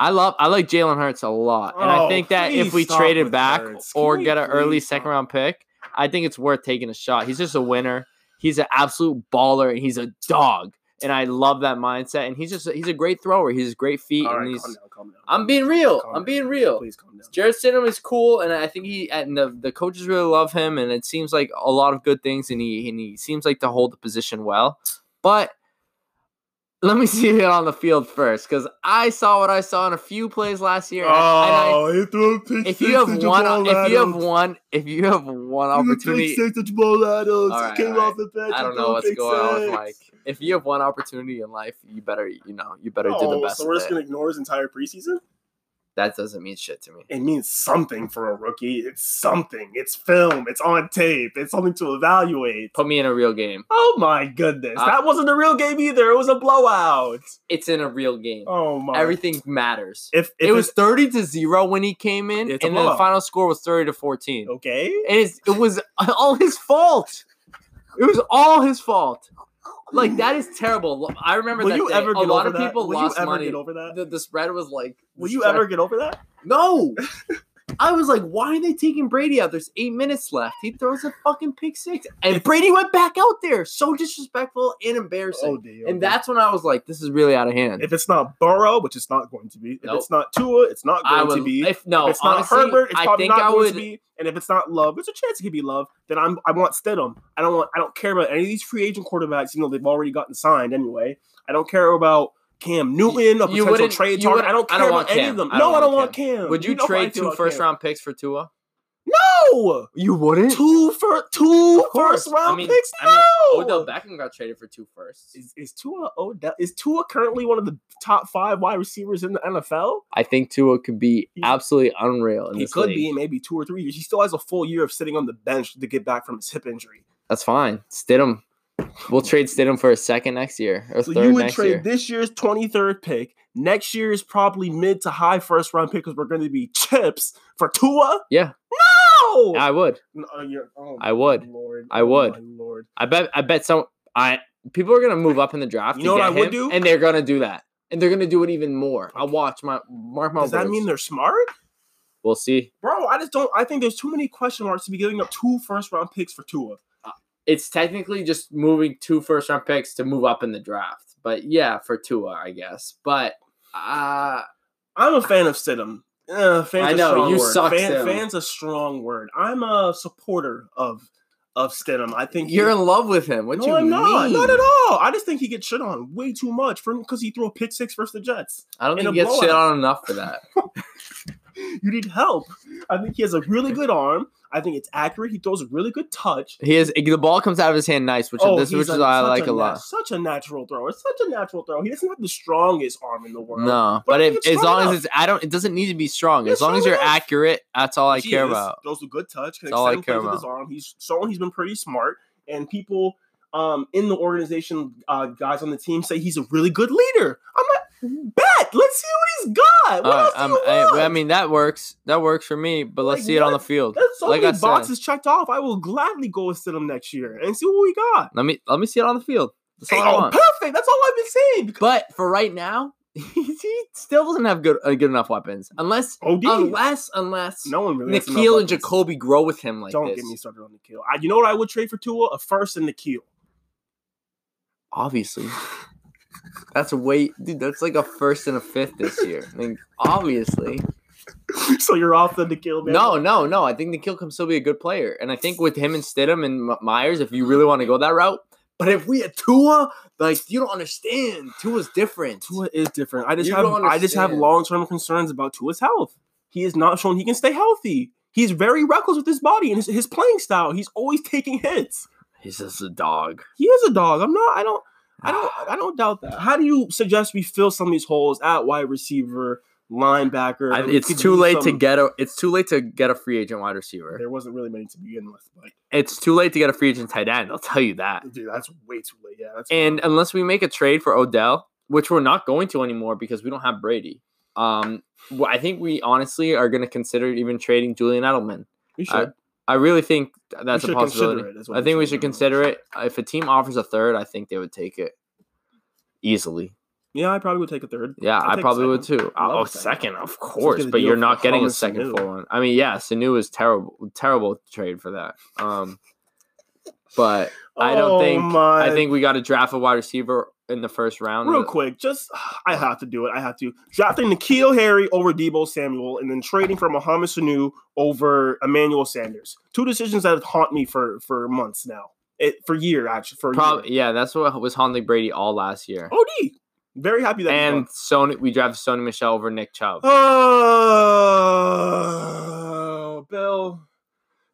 Speaker 3: I love, I like Jalen Hurts a lot, and
Speaker 2: Oh,
Speaker 3: I think that if
Speaker 2: please
Speaker 3: we
Speaker 2: stop
Speaker 3: traded
Speaker 2: with
Speaker 3: back
Speaker 2: Hurts. Can
Speaker 3: or
Speaker 2: we
Speaker 3: get an early
Speaker 2: please
Speaker 3: second
Speaker 2: stop?
Speaker 3: round pick, I think it's worth taking a shot. He's just a winner. He's an absolute baller, and he's a dog and I love that mindset. And he's just he's a great thrower. He's a great feet.
Speaker 2: All
Speaker 3: and
Speaker 2: right,
Speaker 3: he's,
Speaker 2: calm down, calm down.
Speaker 3: I'm being real.
Speaker 2: Calm
Speaker 3: I'm
Speaker 2: down.
Speaker 3: being real.
Speaker 2: Please calm down.
Speaker 3: Jared Stidham is cool, and I think he and the, the coaches really love him, and it seems like a lot of good things, and he and he seems like to hold the position well. But let me *laughs* see it on the field first, because I saw what I saw in a few plays last year. and I- and I-
Speaker 2: Oh, he threw a pick
Speaker 3: if
Speaker 2: *laughs* six
Speaker 3: you
Speaker 2: to
Speaker 3: have one,
Speaker 2: Jamal
Speaker 3: if you have
Speaker 2: Adams.
Speaker 3: one, if you have one
Speaker 2: He threw a
Speaker 3: opportunity,
Speaker 2: pick six to Jamal Adams.
Speaker 3: All
Speaker 2: He
Speaker 3: right,
Speaker 2: came
Speaker 3: all right.
Speaker 2: off the bench
Speaker 3: I
Speaker 2: and
Speaker 3: don't
Speaker 2: threw
Speaker 3: know
Speaker 2: a
Speaker 3: what's
Speaker 2: pick
Speaker 3: going on with
Speaker 2: six.
Speaker 3: Mike. If you have one opportunity in life, you better, you know, you better do the
Speaker 2: Oh,
Speaker 3: best.
Speaker 2: so we're
Speaker 3: of
Speaker 2: just
Speaker 3: it.
Speaker 2: gonna ignore his entire preseason?
Speaker 3: That doesn't mean shit to me.
Speaker 2: It means something for a rookie. It's something. It's film. It's on tape. It's something to evaluate.
Speaker 3: Put me in a real game.
Speaker 2: Oh my goodness,
Speaker 3: Uh,
Speaker 2: that wasn't a real game either. It was a blowout.
Speaker 3: It's in a real game.
Speaker 2: Oh my!
Speaker 3: Everything matters.
Speaker 2: If, if
Speaker 3: it was thirty to zero when he came in,
Speaker 2: It's a
Speaker 3: and then the
Speaker 2: blowout. Oh.
Speaker 3: final score was thirty to fourteen.
Speaker 2: it's- okay,
Speaker 3: It is. It was *laughs* all his fault. It was all his fault. Like that is terrible. I remember
Speaker 2: will
Speaker 3: that
Speaker 2: you
Speaker 3: day.
Speaker 2: ever
Speaker 3: a
Speaker 2: get over
Speaker 3: lot of
Speaker 2: that?
Speaker 3: people
Speaker 2: will
Speaker 3: lost
Speaker 2: you ever
Speaker 3: money.
Speaker 2: get over that?
Speaker 3: The, the spread was like.
Speaker 2: Will
Speaker 3: the
Speaker 2: you
Speaker 3: spread-
Speaker 2: ever get over that?
Speaker 3: No. I was like, why are they taking Brady out? There's eight minutes left. He throws a fucking pick six. And Brady went back out there. So disrespectful and embarrassing.
Speaker 2: dear.
Speaker 3: and that's when I was like, this is really out of hand.
Speaker 2: Oh, if it's not Burrow, which it's not going to be. If
Speaker 3: Nope.
Speaker 2: it's not Tua, it's not going
Speaker 3: I would,
Speaker 2: to be.
Speaker 3: if no,
Speaker 2: if it's
Speaker 3: Oh, honestly,
Speaker 2: not Herbert, it's
Speaker 3: I
Speaker 2: probably
Speaker 3: think
Speaker 2: not
Speaker 3: I
Speaker 2: going
Speaker 3: would.
Speaker 2: to be. And if it's not Love, there's a chance it could be Love. Then I'm I want Stidham. I don't want I don't care about any of these free agent quarterbacks, even though they've already gotten signed anyway. I don't care about Cam Newton, a
Speaker 3: You
Speaker 2: potential
Speaker 3: wouldn't-
Speaker 2: trade
Speaker 3: you
Speaker 2: target. I don't
Speaker 3: wouldn't-
Speaker 2: care
Speaker 3: I don't
Speaker 2: about
Speaker 3: want
Speaker 2: any
Speaker 3: Cam.
Speaker 2: of them.
Speaker 3: I don't
Speaker 2: no, I don't
Speaker 3: want
Speaker 2: want Cam.
Speaker 3: would you,
Speaker 2: know how I
Speaker 3: trade
Speaker 2: feel
Speaker 3: two
Speaker 2: about
Speaker 3: first
Speaker 2: Cam.
Speaker 3: round picks for Tua?
Speaker 2: No,
Speaker 3: You wouldn't.
Speaker 2: two for two
Speaker 3: Of course.
Speaker 2: first round
Speaker 3: I mean,
Speaker 2: picks. No,
Speaker 3: I mean, Odell Beckham got traded for two firsts.
Speaker 2: is, is Tua Odell is Tua currently one of the top five wide receivers in the NFL?
Speaker 3: I think Tua could be
Speaker 2: He's-
Speaker 3: absolutely unreal. In
Speaker 2: He
Speaker 3: this
Speaker 2: could
Speaker 3: league.
Speaker 2: be in maybe two or three years. He still has a full year of sitting on the bench to get back from his hip injury.
Speaker 3: That's fine. Stidham. We'll trade Stidham for a second next year or
Speaker 2: So
Speaker 3: third
Speaker 2: you would
Speaker 3: next
Speaker 2: trade
Speaker 3: year.
Speaker 2: this year's 23rd pick, next year's probably mid to high first round pick because we're going to be chips for Tua.
Speaker 3: Yeah.
Speaker 2: No.
Speaker 3: I would.
Speaker 2: No, you're- oh
Speaker 3: I
Speaker 2: my
Speaker 3: would.
Speaker 2: Lord.
Speaker 3: I
Speaker 2: Oh
Speaker 3: would.
Speaker 2: my Lord.
Speaker 3: I bet. I bet some. I people are gonna move up in the draft.
Speaker 2: You
Speaker 3: to
Speaker 2: know what
Speaker 3: get
Speaker 2: I would
Speaker 3: him,
Speaker 2: do?
Speaker 3: and they're gonna do that, and they're gonna do it even more. I watch my mark my
Speaker 2: Does that
Speaker 3: words.
Speaker 2: mean they're smart,
Speaker 3: we'll see.
Speaker 2: bro? I just don't. I think there's too many question marks to be giving up two first round picks for Tua.
Speaker 3: It's technically just moving two first round picks to move up in the draft, but yeah, for Tua, I guess. But uh
Speaker 2: I'm a fan of Stidham. Uh, fans
Speaker 3: I
Speaker 2: a
Speaker 3: know,
Speaker 2: strong
Speaker 3: you
Speaker 2: word.
Speaker 3: suck,
Speaker 2: Fan-
Speaker 3: Stidham.
Speaker 2: fans a strong word. I'm a supporter of of Stidham. I think he-
Speaker 3: you're in love with him. What
Speaker 2: no,
Speaker 3: you
Speaker 2: I'm
Speaker 3: mean?
Speaker 2: not. Not at all. I just think he gets shit on way too much from because he threw a pick six versus the Jets.
Speaker 3: I don't
Speaker 2: In a
Speaker 3: think he gets shit
Speaker 2: blowout.
Speaker 3: on enough
Speaker 2: *laughs*
Speaker 3: for that.
Speaker 2: You need help. I think he has a really good arm. I think it's accurate. He throws a really good touch.
Speaker 3: He is the ball comes out of his hand nice, which this
Speaker 2: Oh, he's
Speaker 3: which is
Speaker 2: a-
Speaker 3: I
Speaker 2: such
Speaker 3: like a
Speaker 2: na-
Speaker 3: lot.
Speaker 2: Such a natural thrower. Such a natural throw. He doesn't have the strongest arm in the world.
Speaker 3: No,
Speaker 2: But
Speaker 3: but
Speaker 2: I
Speaker 3: if,
Speaker 2: think it's
Speaker 3: as
Speaker 2: strong
Speaker 3: long
Speaker 2: enough.
Speaker 3: as it's, I don't. It doesn't need to be strong.
Speaker 2: Yeah,
Speaker 3: as long as
Speaker 2: strong
Speaker 3: you're
Speaker 2: enough.
Speaker 3: accurate, that's all I
Speaker 2: He
Speaker 3: care
Speaker 2: is.
Speaker 3: about.
Speaker 2: Throws a good touch. Can
Speaker 3: That's all I
Speaker 2: extend
Speaker 3: care
Speaker 2: plays with his arm. He's shown he's been pretty smart, and people um, in the organization, uh, guys on the team, say he's a really good leader. I'm not bet. Let's see what he's got. What
Speaker 3: All right,
Speaker 2: else do
Speaker 3: I'm-
Speaker 2: you
Speaker 3: Uh, um, I,
Speaker 2: want?
Speaker 3: I mean that works. That works for me. But let's
Speaker 2: Like,
Speaker 3: see it on the
Speaker 2: what?
Speaker 3: field.
Speaker 2: that's so
Speaker 3: like I
Speaker 2: many
Speaker 3: said.
Speaker 2: boxes checked off. I will gladly go with Stidham next year and see what we got.
Speaker 3: Let me let me see it on the field. That's all I
Speaker 2: oh,
Speaker 3: want.
Speaker 2: perfect. That's all I've been saying. Because
Speaker 3: But for right now, *laughs* he still doesn't have good uh, good enough weapons. Unless
Speaker 2: OD.
Speaker 3: unless unless
Speaker 2: no one really. has enough
Speaker 3: Nikhil and
Speaker 2: weapons.
Speaker 3: Jacoby grow with him like
Speaker 2: Don't
Speaker 3: this.
Speaker 2: get me started on Nikhil. I, you know what I would trade for Tua? A first and Nikhil. *laughs*
Speaker 3: Obviously. That's a way, dude. That's like a first and a fifth this year. I mean, obviously.
Speaker 2: so you're off the Nikhil. Man.
Speaker 3: No, no, no. I think Nikhil can still be a good player, and I think with him and Stidham and M- Myers, if you really want to go that route. But if we had Tua, like you don't understand, Tua's different.
Speaker 2: Tua is different. I just
Speaker 3: You
Speaker 2: have
Speaker 3: don't
Speaker 2: I just have
Speaker 3: understand.
Speaker 2: long term concerns about Tua's health. He has not shown he can stay healthy. He's very reckless with his body and his, his playing style. He's always taking hits.
Speaker 3: He's just a dog.
Speaker 2: He is a dog. I'm not. I
Speaker 3: *sighs*
Speaker 2: don't. I don't. I don't doubt that. How do you suggest we fill some of these holes at wide receiver, linebacker.
Speaker 3: I-
Speaker 2: We
Speaker 3: it's
Speaker 2: could
Speaker 3: too
Speaker 2: use
Speaker 3: late to
Speaker 2: some-
Speaker 3: get a. It's too late to get a free agent wide receiver.
Speaker 2: *laughs* There wasn't really many to begin with, but
Speaker 3: It's too late to get a free agent tight end. I'll tell you that.
Speaker 2: dude, that's way too late. Yeah, that's
Speaker 3: And unless we make a trade for Odell, which we're not going to anymore because we don't have Brady. Um, wh- I think we honestly are going to consider even trading Julian Edelman.
Speaker 2: we should.
Speaker 3: I really think th-
Speaker 2: we
Speaker 3: that's
Speaker 2: should
Speaker 3: a possibility.
Speaker 2: Consider it, is what
Speaker 3: I
Speaker 2: I'm
Speaker 3: think we
Speaker 2: saying.
Speaker 3: should consider it. If a team offers a third, I think they would take it easily.
Speaker 2: Yeah, I probably would take a third.
Speaker 3: Yeah,
Speaker 2: I'll
Speaker 3: I
Speaker 2: take
Speaker 3: probably would
Speaker 2: second.
Speaker 3: too.
Speaker 2: I love
Speaker 3: Oh,
Speaker 2: a second.
Speaker 3: second, of
Speaker 2: a
Speaker 3: course,
Speaker 2: good
Speaker 3: but
Speaker 2: deal
Speaker 3: you're
Speaker 2: for
Speaker 3: not getting a
Speaker 2: Thomas
Speaker 3: second
Speaker 2: Sanu.
Speaker 3: for one. I mean, yeah, Sanu is terrible, terrible trade for that. Um, but I don't
Speaker 2: Oh
Speaker 3: think
Speaker 2: my
Speaker 3: I think we got to draft a wide receiver in the first round. Uh,
Speaker 2: Real quick, just *sighs* I have to do it. I have to drafting Nikhil Harry over Debo Samuel, and then trading for Mohamed Sanu over Emmanuel Sanders. Two decisions that have haunt me for for months now, it for year actually for a
Speaker 3: Probably,
Speaker 2: year.
Speaker 3: yeah, that's what was haunting Brady all last year.
Speaker 2: Od, very happy that. he's
Speaker 3: and
Speaker 2: gone.
Speaker 3: Sony, we drafted Sony Michelle over Nick Chubb.
Speaker 2: oh, Bill,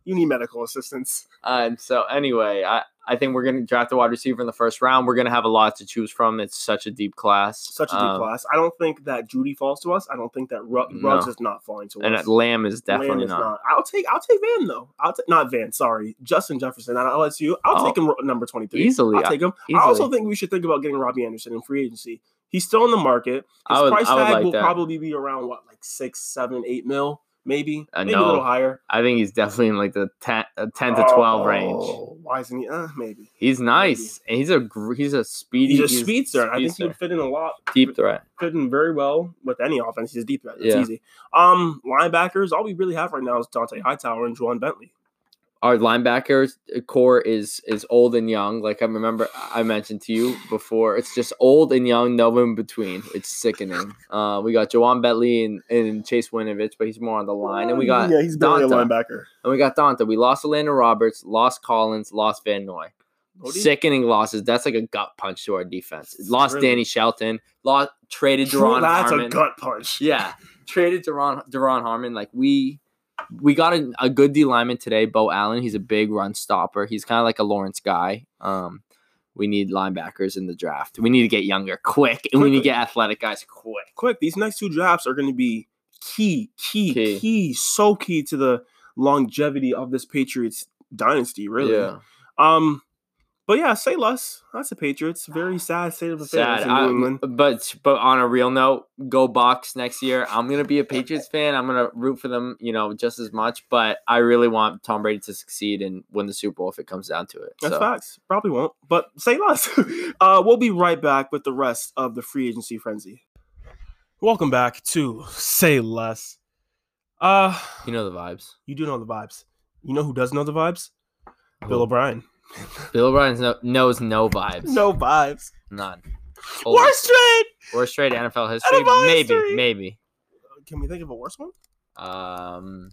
Speaker 2: you need medical assistance.
Speaker 3: Um, so anyway, I, I think we're gonna draft a wide receiver in the first round. We're gonna have a lot to choose from. It's such a deep class.
Speaker 2: Such a deep
Speaker 3: Um,
Speaker 2: class. I don't think that Judy falls to us. I don't think that Ru-
Speaker 3: No.
Speaker 2: Ruggs is not falling to
Speaker 3: And
Speaker 2: us.
Speaker 3: that Lamb is
Speaker 2: Lamb
Speaker 3: definitely
Speaker 2: is
Speaker 3: not.
Speaker 2: I'll take I'll take Van though. I'll take not Van. Sorry, Justin Jefferson. I will let you. I'll
Speaker 3: Oh.
Speaker 2: take him ro- number twenty three.
Speaker 3: Easily,
Speaker 2: I'll
Speaker 3: I-
Speaker 2: take him. I
Speaker 3: easily.
Speaker 2: also think we should think about getting Robbie Anderson in free agency. He's still in the market. His
Speaker 3: I would-
Speaker 2: price
Speaker 3: I would
Speaker 2: tag
Speaker 3: like
Speaker 2: will
Speaker 3: that.
Speaker 2: probably be around what like six, seven, eight mil, maybe
Speaker 3: I
Speaker 2: maybe a little
Speaker 3: know.
Speaker 2: higher.
Speaker 3: I think he's definitely in like the 10, uh, 10 to 12 range.
Speaker 2: Oh, Why isn't he? Uh, maybe
Speaker 3: He's nice. And he's a gr- he's a speedy
Speaker 2: he's a speedster. I think he would fit in a lot.
Speaker 3: deep threat.
Speaker 2: Fit in very well with any offense. He's a deep threat. That's
Speaker 3: Yeah.
Speaker 2: easy. Um, linebackers. All we really have right now is Dante Hightower and Juwan Bentley.
Speaker 3: Our linebacker core is is old and young. Like I remember I mentioned to you before. It's just old and young, no in between. It's sickening. Uh, we got Jawan Bentley and, and Chase Winovich, but he's more on the line. And we got
Speaker 2: yeah, he's barely a
Speaker 3: Donta.
Speaker 2: linebacker.
Speaker 3: And we got Donta. We lost Atlanta Roberts, lost Collins, lost Van Noy.
Speaker 2: Odie?
Speaker 3: Sickening losses. That's like a gut punch to our defense. Lost
Speaker 2: Really?
Speaker 3: Danny Shelton. Lost traded Jerron
Speaker 2: That's
Speaker 3: Harmon.
Speaker 2: a gut punch.
Speaker 3: Yeah, traded Deron Deron Harmon. Like we we got a, a good D lineman today, Bo Allen. He's a big run stopper. He's kind of like a Lawrence guy. Um, we need linebackers in the draft. We need to get younger quick, and we need to get athletic guys quick.
Speaker 2: Quick, these next two drafts are going to be key, key, key,
Speaker 3: Key.
Speaker 2: so key to the longevity of this Patriots dynasty, really. Um, but yeah, say less. That's the Patriots. Very sad state of affairs
Speaker 3: Ah, Sad,
Speaker 2: in New
Speaker 3: I-
Speaker 2: England.
Speaker 3: but but on a real note, go Bucks next year. I'm gonna be a Patriots fan. I'm gonna root for them, you know, just as much. But I really want Tom Brady to succeed and win the Super Bowl if it comes down to it.
Speaker 2: That's
Speaker 3: so,
Speaker 2: facts. Probably won't, but say less. *laughs* uh, we'll be right back with the rest of the free agency frenzy. Welcome back to Say Less. Uh,
Speaker 3: you know the vibes.
Speaker 2: you do know the vibes. You know who does know the vibes? Bill O'Brien.
Speaker 3: Bill O'Brien's no, knows no vibes.
Speaker 2: No vibes.
Speaker 3: None. Holy
Speaker 2: Worst trade.
Speaker 3: shit. worst trade in NFL history.
Speaker 2: all
Speaker 3: Maybe,
Speaker 2: history.
Speaker 3: maybe.
Speaker 2: Can we think of a worse one?
Speaker 3: Um,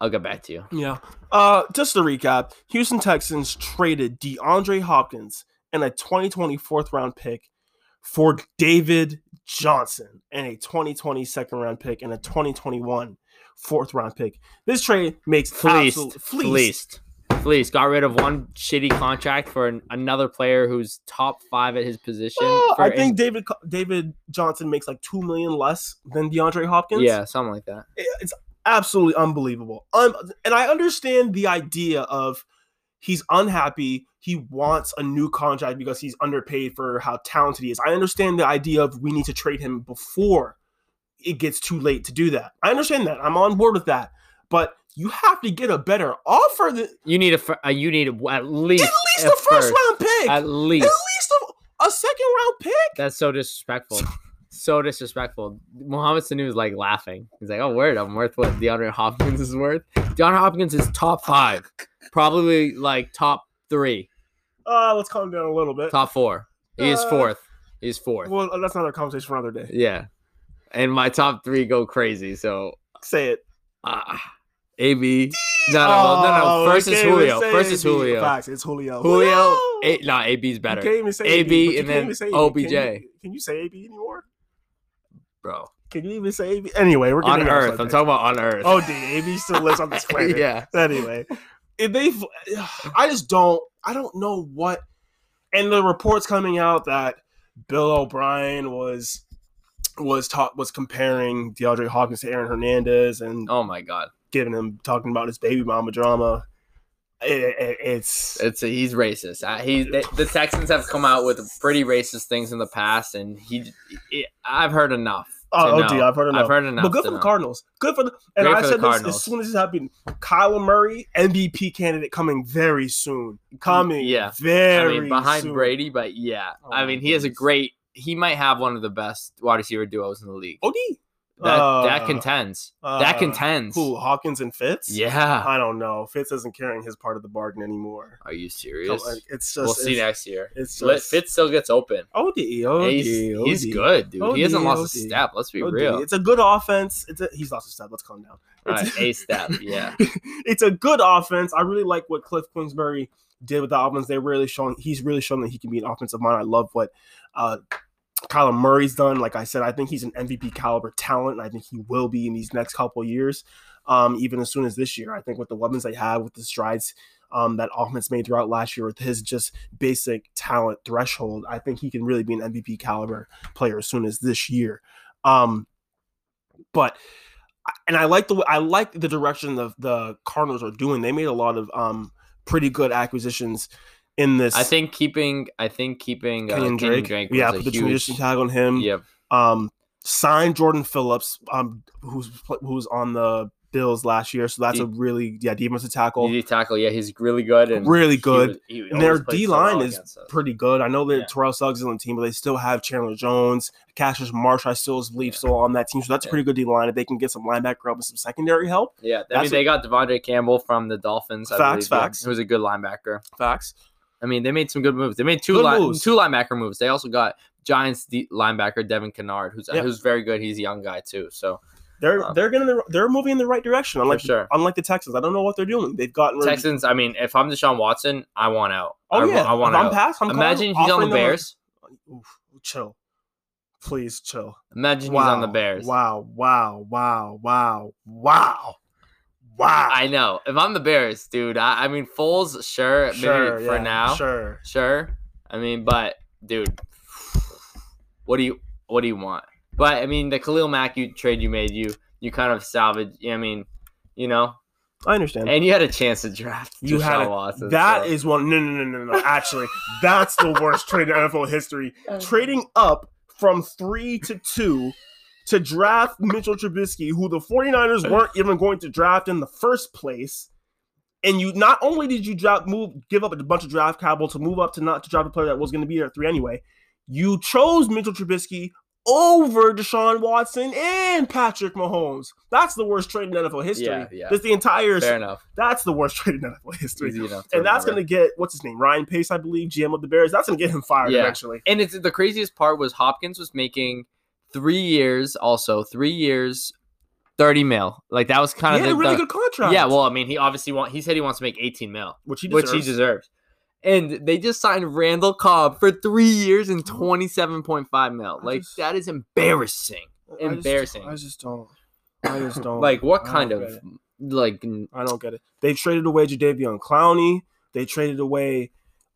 Speaker 3: I'll get back to you.
Speaker 2: Yeah. Uh, just to recap, Houston Texans traded DeAndre Hopkins and a 2020 fourth round pick for David Johnson and a 2020 second round pick and a 2021 fourth round pick. This trade makes
Speaker 3: Fleeced,
Speaker 2: absolute fleeced.
Speaker 3: fleeced, fleeced. Got rid of one shitty contract for an, another player who's top five at his position.
Speaker 2: Uh,
Speaker 3: for
Speaker 2: I
Speaker 3: in-
Speaker 2: think David Co- David Johnson makes like two million less than DeAndre Hopkins.
Speaker 3: yeah, something like that.
Speaker 2: It- it's absolutely unbelievable. Un- and I understand the idea of he's unhappy. He wants a new contract because he's underpaid for how talented he is. I understand the idea of we need to trade him before it gets too late to do that. I understand that. I'm on board with that. But you have to get a better offer than
Speaker 3: You need a fir- uh, you need a, at least
Speaker 2: at least the first round pick.
Speaker 3: At
Speaker 2: At
Speaker 3: least
Speaker 2: least a, a second round pick.
Speaker 3: that's so disrespectful. So disrespectful. Mohammed Sanu is like laughing. He's like, "Oh, word, I'm worth what DeAndre Hopkins is worth. DeAndre Hopkins is top five, probably like top three,
Speaker 2: Uh, let's calm down a little bit.
Speaker 3: top four. He is
Speaker 2: Uh,
Speaker 3: fourth. He is fourth.
Speaker 2: Well, that's another conversation for another day.
Speaker 3: Yeah, and my top three go crazy. So,
Speaker 2: Say it.
Speaker 3: uh, AB. No, no, no, no, no.
Speaker 2: Oh,
Speaker 3: First is
Speaker 2: okay, let's
Speaker 3: Julio.
Speaker 2: say
Speaker 3: First is
Speaker 2: AB.
Speaker 3: Julio.
Speaker 2: Facts, it's Julio.
Speaker 3: Julio. A- nah, AB's
Speaker 2: You
Speaker 3: better,
Speaker 2: can't even say
Speaker 3: AB,
Speaker 2: but you
Speaker 3: and
Speaker 2: can't
Speaker 3: then
Speaker 2: even say
Speaker 3: OBJ.
Speaker 2: Can you, can you say AB anymore?
Speaker 3: bro.
Speaker 2: Can you even say AB? Anyway, we're
Speaker 3: On
Speaker 2: getting off
Speaker 3: Earth, I'm talking about on Earth.
Speaker 2: Oh, *laughs* dude, AB still lives on this planet.
Speaker 3: *laughs* yeah.
Speaker 2: Anyway, if they, I just don't. I don't know what. And the reports coming out that Bill O'Brien was was taught was comparing DeAndre Hawkins to Aaron Hernandez and
Speaker 3: Oh my god,
Speaker 2: giving him talking about his baby mama drama. It- it- it's
Speaker 3: it's a, he's racist. Uh, he they, the Texans have come out with pretty racist things in the past, and he, it, I've heard enough. to
Speaker 2: oh,
Speaker 3: know.
Speaker 2: dude, I've heard enough.
Speaker 3: I've heard enough.
Speaker 2: but good
Speaker 3: to
Speaker 2: for the
Speaker 3: know.
Speaker 2: Cardinals. Good for the and
Speaker 3: Great
Speaker 2: I
Speaker 3: for the
Speaker 2: said this as
Speaker 3: Cardinals.
Speaker 2: soon as this happened. Kyler Murray, MVP candidate coming very soon. Coming,
Speaker 3: Yeah. I
Speaker 2: very
Speaker 3: mean, behind
Speaker 2: soon.
Speaker 3: Brady, but yeah,
Speaker 2: Oh my
Speaker 3: I mean, he has a
Speaker 2: goodness.
Speaker 3: great. He might have one of the best wide receiver duos in the league.
Speaker 2: Od
Speaker 3: That
Speaker 2: Uh,
Speaker 3: that contends. that
Speaker 2: uh,
Speaker 3: contends.
Speaker 2: Who Hawkins and Fitz?
Speaker 3: Yeah.
Speaker 2: I don't know. Fitz isn't carrying his part of the bargain anymore.
Speaker 3: Are you
Speaker 2: Come
Speaker 3: serious?
Speaker 2: on, It's just
Speaker 3: we'll see
Speaker 2: it's,
Speaker 3: next year.
Speaker 2: it's
Speaker 3: Let-
Speaker 2: just-
Speaker 3: Fitz still gets open.
Speaker 2: OD, OD,
Speaker 3: he's, he's
Speaker 2: OD.
Speaker 3: good, dude. he hasn't
Speaker 2: OD.
Speaker 3: lost a step. Let's be
Speaker 2: OD.
Speaker 3: real.
Speaker 2: It's a good offense. It's a, he's lost a step. Let's calm down.
Speaker 3: All right,
Speaker 2: it's-
Speaker 3: a step. Yeah.
Speaker 2: *laughs* it's a good offense. I really like what Cliff Kingsbury did with the offense. They're really showing he's really shown that he can be an offensive mind. I love what uh Kyler Murray's done. Like I said, I think he's an MVP caliber talent, and I think he will be in these next couple of years. Um, even as soon as this year. I think with the weapons they have, with the strides um, that offense made throughout last year, with his just basic talent threshold, I think he can really be an MVP caliber player as soon as this year. Um, but and I like the way- I like the direction the the Cardinals are doing. They made a lot of um pretty good acquisitions in this.
Speaker 3: I think keeping. I think keeping. Uh,
Speaker 2: Kenyon Drake,
Speaker 3: was
Speaker 2: yeah,
Speaker 3: a
Speaker 2: put the
Speaker 3: huge.
Speaker 2: transition tag on him. *laughs*
Speaker 3: Yeah.
Speaker 2: Um, signed Jordan Phillips, um, who's pl- who's on the Bills last year, so that's a really yeah defensive tackle,
Speaker 3: DD tackle. Yeah, he's really good and
Speaker 2: really
Speaker 3: he
Speaker 2: good.
Speaker 3: was- he
Speaker 2: And their
Speaker 3: always plays so
Speaker 2: D-line
Speaker 3: well
Speaker 2: is
Speaker 3: against us.
Speaker 2: pretty good. I know that
Speaker 3: Yeah.
Speaker 2: Terrell Suggs is on the team, but they still have Chandler Jones, Cassius Marsh. I still believe still on that team, so that's a
Speaker 3: Yeah.
Speaker 2: pretty good D line. If they can get some linebacker help and some secondary help,
Speaker 3: Yeah, I
Speaker 2: That's
Speaker 3: mean, they got Devondre Campbell from the Dolphins. I
Speaker 2: Facts,
Speaker 3: believe, yeah,
Speaker 2: facts.
Speaker 3: Who was a good linebacker.
Speaker 2: facts.
Speaker 3: I mean, they made some good moves. They made two
Speaker 2: Good
Speaker 3: line,
Speaker 2: moves.
Speaker 3: two linebacker moves. They also got Giants de- linebacker Devin Kennard, who's
Speaker 2: Yeah.
Speaker 3: who's very good. He's a young guy too. So
Speaker 2: They're
Speaker 3: Um,
Speaker 2: they're getting the, they're moving in the right direction. Unlike the-
Speaker 3: sure.
Speaker 2: unlike the Texans, I don't know what they're doing. They've gotten rid
Speaker 3: Texans. I mean, if I'm Deshaun Watson, I want out.
Speaker 2: Of,
Speaker 3: I,
Speaker 2: oh
Speaker 3: wa-
Speaker 2: yeah,
Speaker 3: I want
Speaker 2: if I'm
Speaker 3: out.
Speaker 2: past. I'm
Speaker 3: Imagine
Speaker 2: calling,
Speaker 3: he's on the
Speaker 2: offering them a-
Speaker 3: Bears.
Speaker 2: Oof, chill, please chill.
Speaker 3: Imagine he's on the Bears.
Speaker 2: Wow, wow, wow, wow, wow, wow.
Speaker 3: I know. If I'm the Bears, dude. I, I mean, Foles, sure, maybe for
Speaker 2: yeah,
Speaker 3: now, sure.
Speaker 2: Sure.
Speaker 3: I mean, but dude, what do you what do you want? But I mean, the Khalil Mack you trade you made, you you kind of salvaged. I mean, you know,
Speaker 2: I understand.
Speaker 3: and you had a chance to draft.
Speaker 2: You
Speaker 3: Deshaun
Speaker 2: had a-
Speaker 3: Watson,
Speaker 2: That
Speaker 3: so-
Speaker 2: is one. No, no, no, no, no. Actually, that's the worst trade in NFL history. Trading up from three to two to draft Mitchell Trubisky, who the 49ers weren't even going to draft in the first place. And you not only did you drop move give up a bunch of draft capital to move up to not to draft a player that was going to be there at three anyway, you chose Mitchell Trubisky over Deshaun Watson and Patrick Mahomes. That's the worst trade in NFL history.
Speaker 3: Yeah, yeah.
Speaker 2: That's the entire
Speaker 3: fair enough.
Speaker 2: that's the worst trade in NFL history.
Speaker 3: Easy enough to
Speaker 2: And that's going
Speaker 3: remember.
Speaker 2: to get, what's his name? Ryan Pace, I believe, GM of the Bears. That's going to get him fired
Speaker 3: Yeah.
Speaker 2: eventually.
Speaker 3: And it's the craziest part was Hopkins was making three years, also three years, thirty mil. Like that was kind
Speaker 2: He
Speaker 3: of
Speaker 2: had
Speaker 3: the,
Speaker 2: a really
Speaker 3: the-
Speaker 2: good contract.
Speaker 3: Yeah, well, I mean, he obviously want. He said he wants to make eighteen mil,
Speaker 2: which he
Speaker 3: which
Speaker 2: deserves.
Speaker 3: he deserves. And they just signed Randall Cobb for three years and twenty seven point five mil.
Speaker 2: I
Speaker 3: Like
Speaker 2: just-
Speaker 3: that is embarrassing.
Speaker 2: I just-
Speaker 3: Embarrassing.
Speaker 2: I just don't. I just don't.
Speaker 3: like what
Speaker 2: Oh, I don't
Speaker 3: kind
Speaker 2: get
Speaker 3: of
Speaker 2: it.
Speaker 3: like n-
Speaker 2: I don't get it. They traded away Jadavion Clowney. They traded away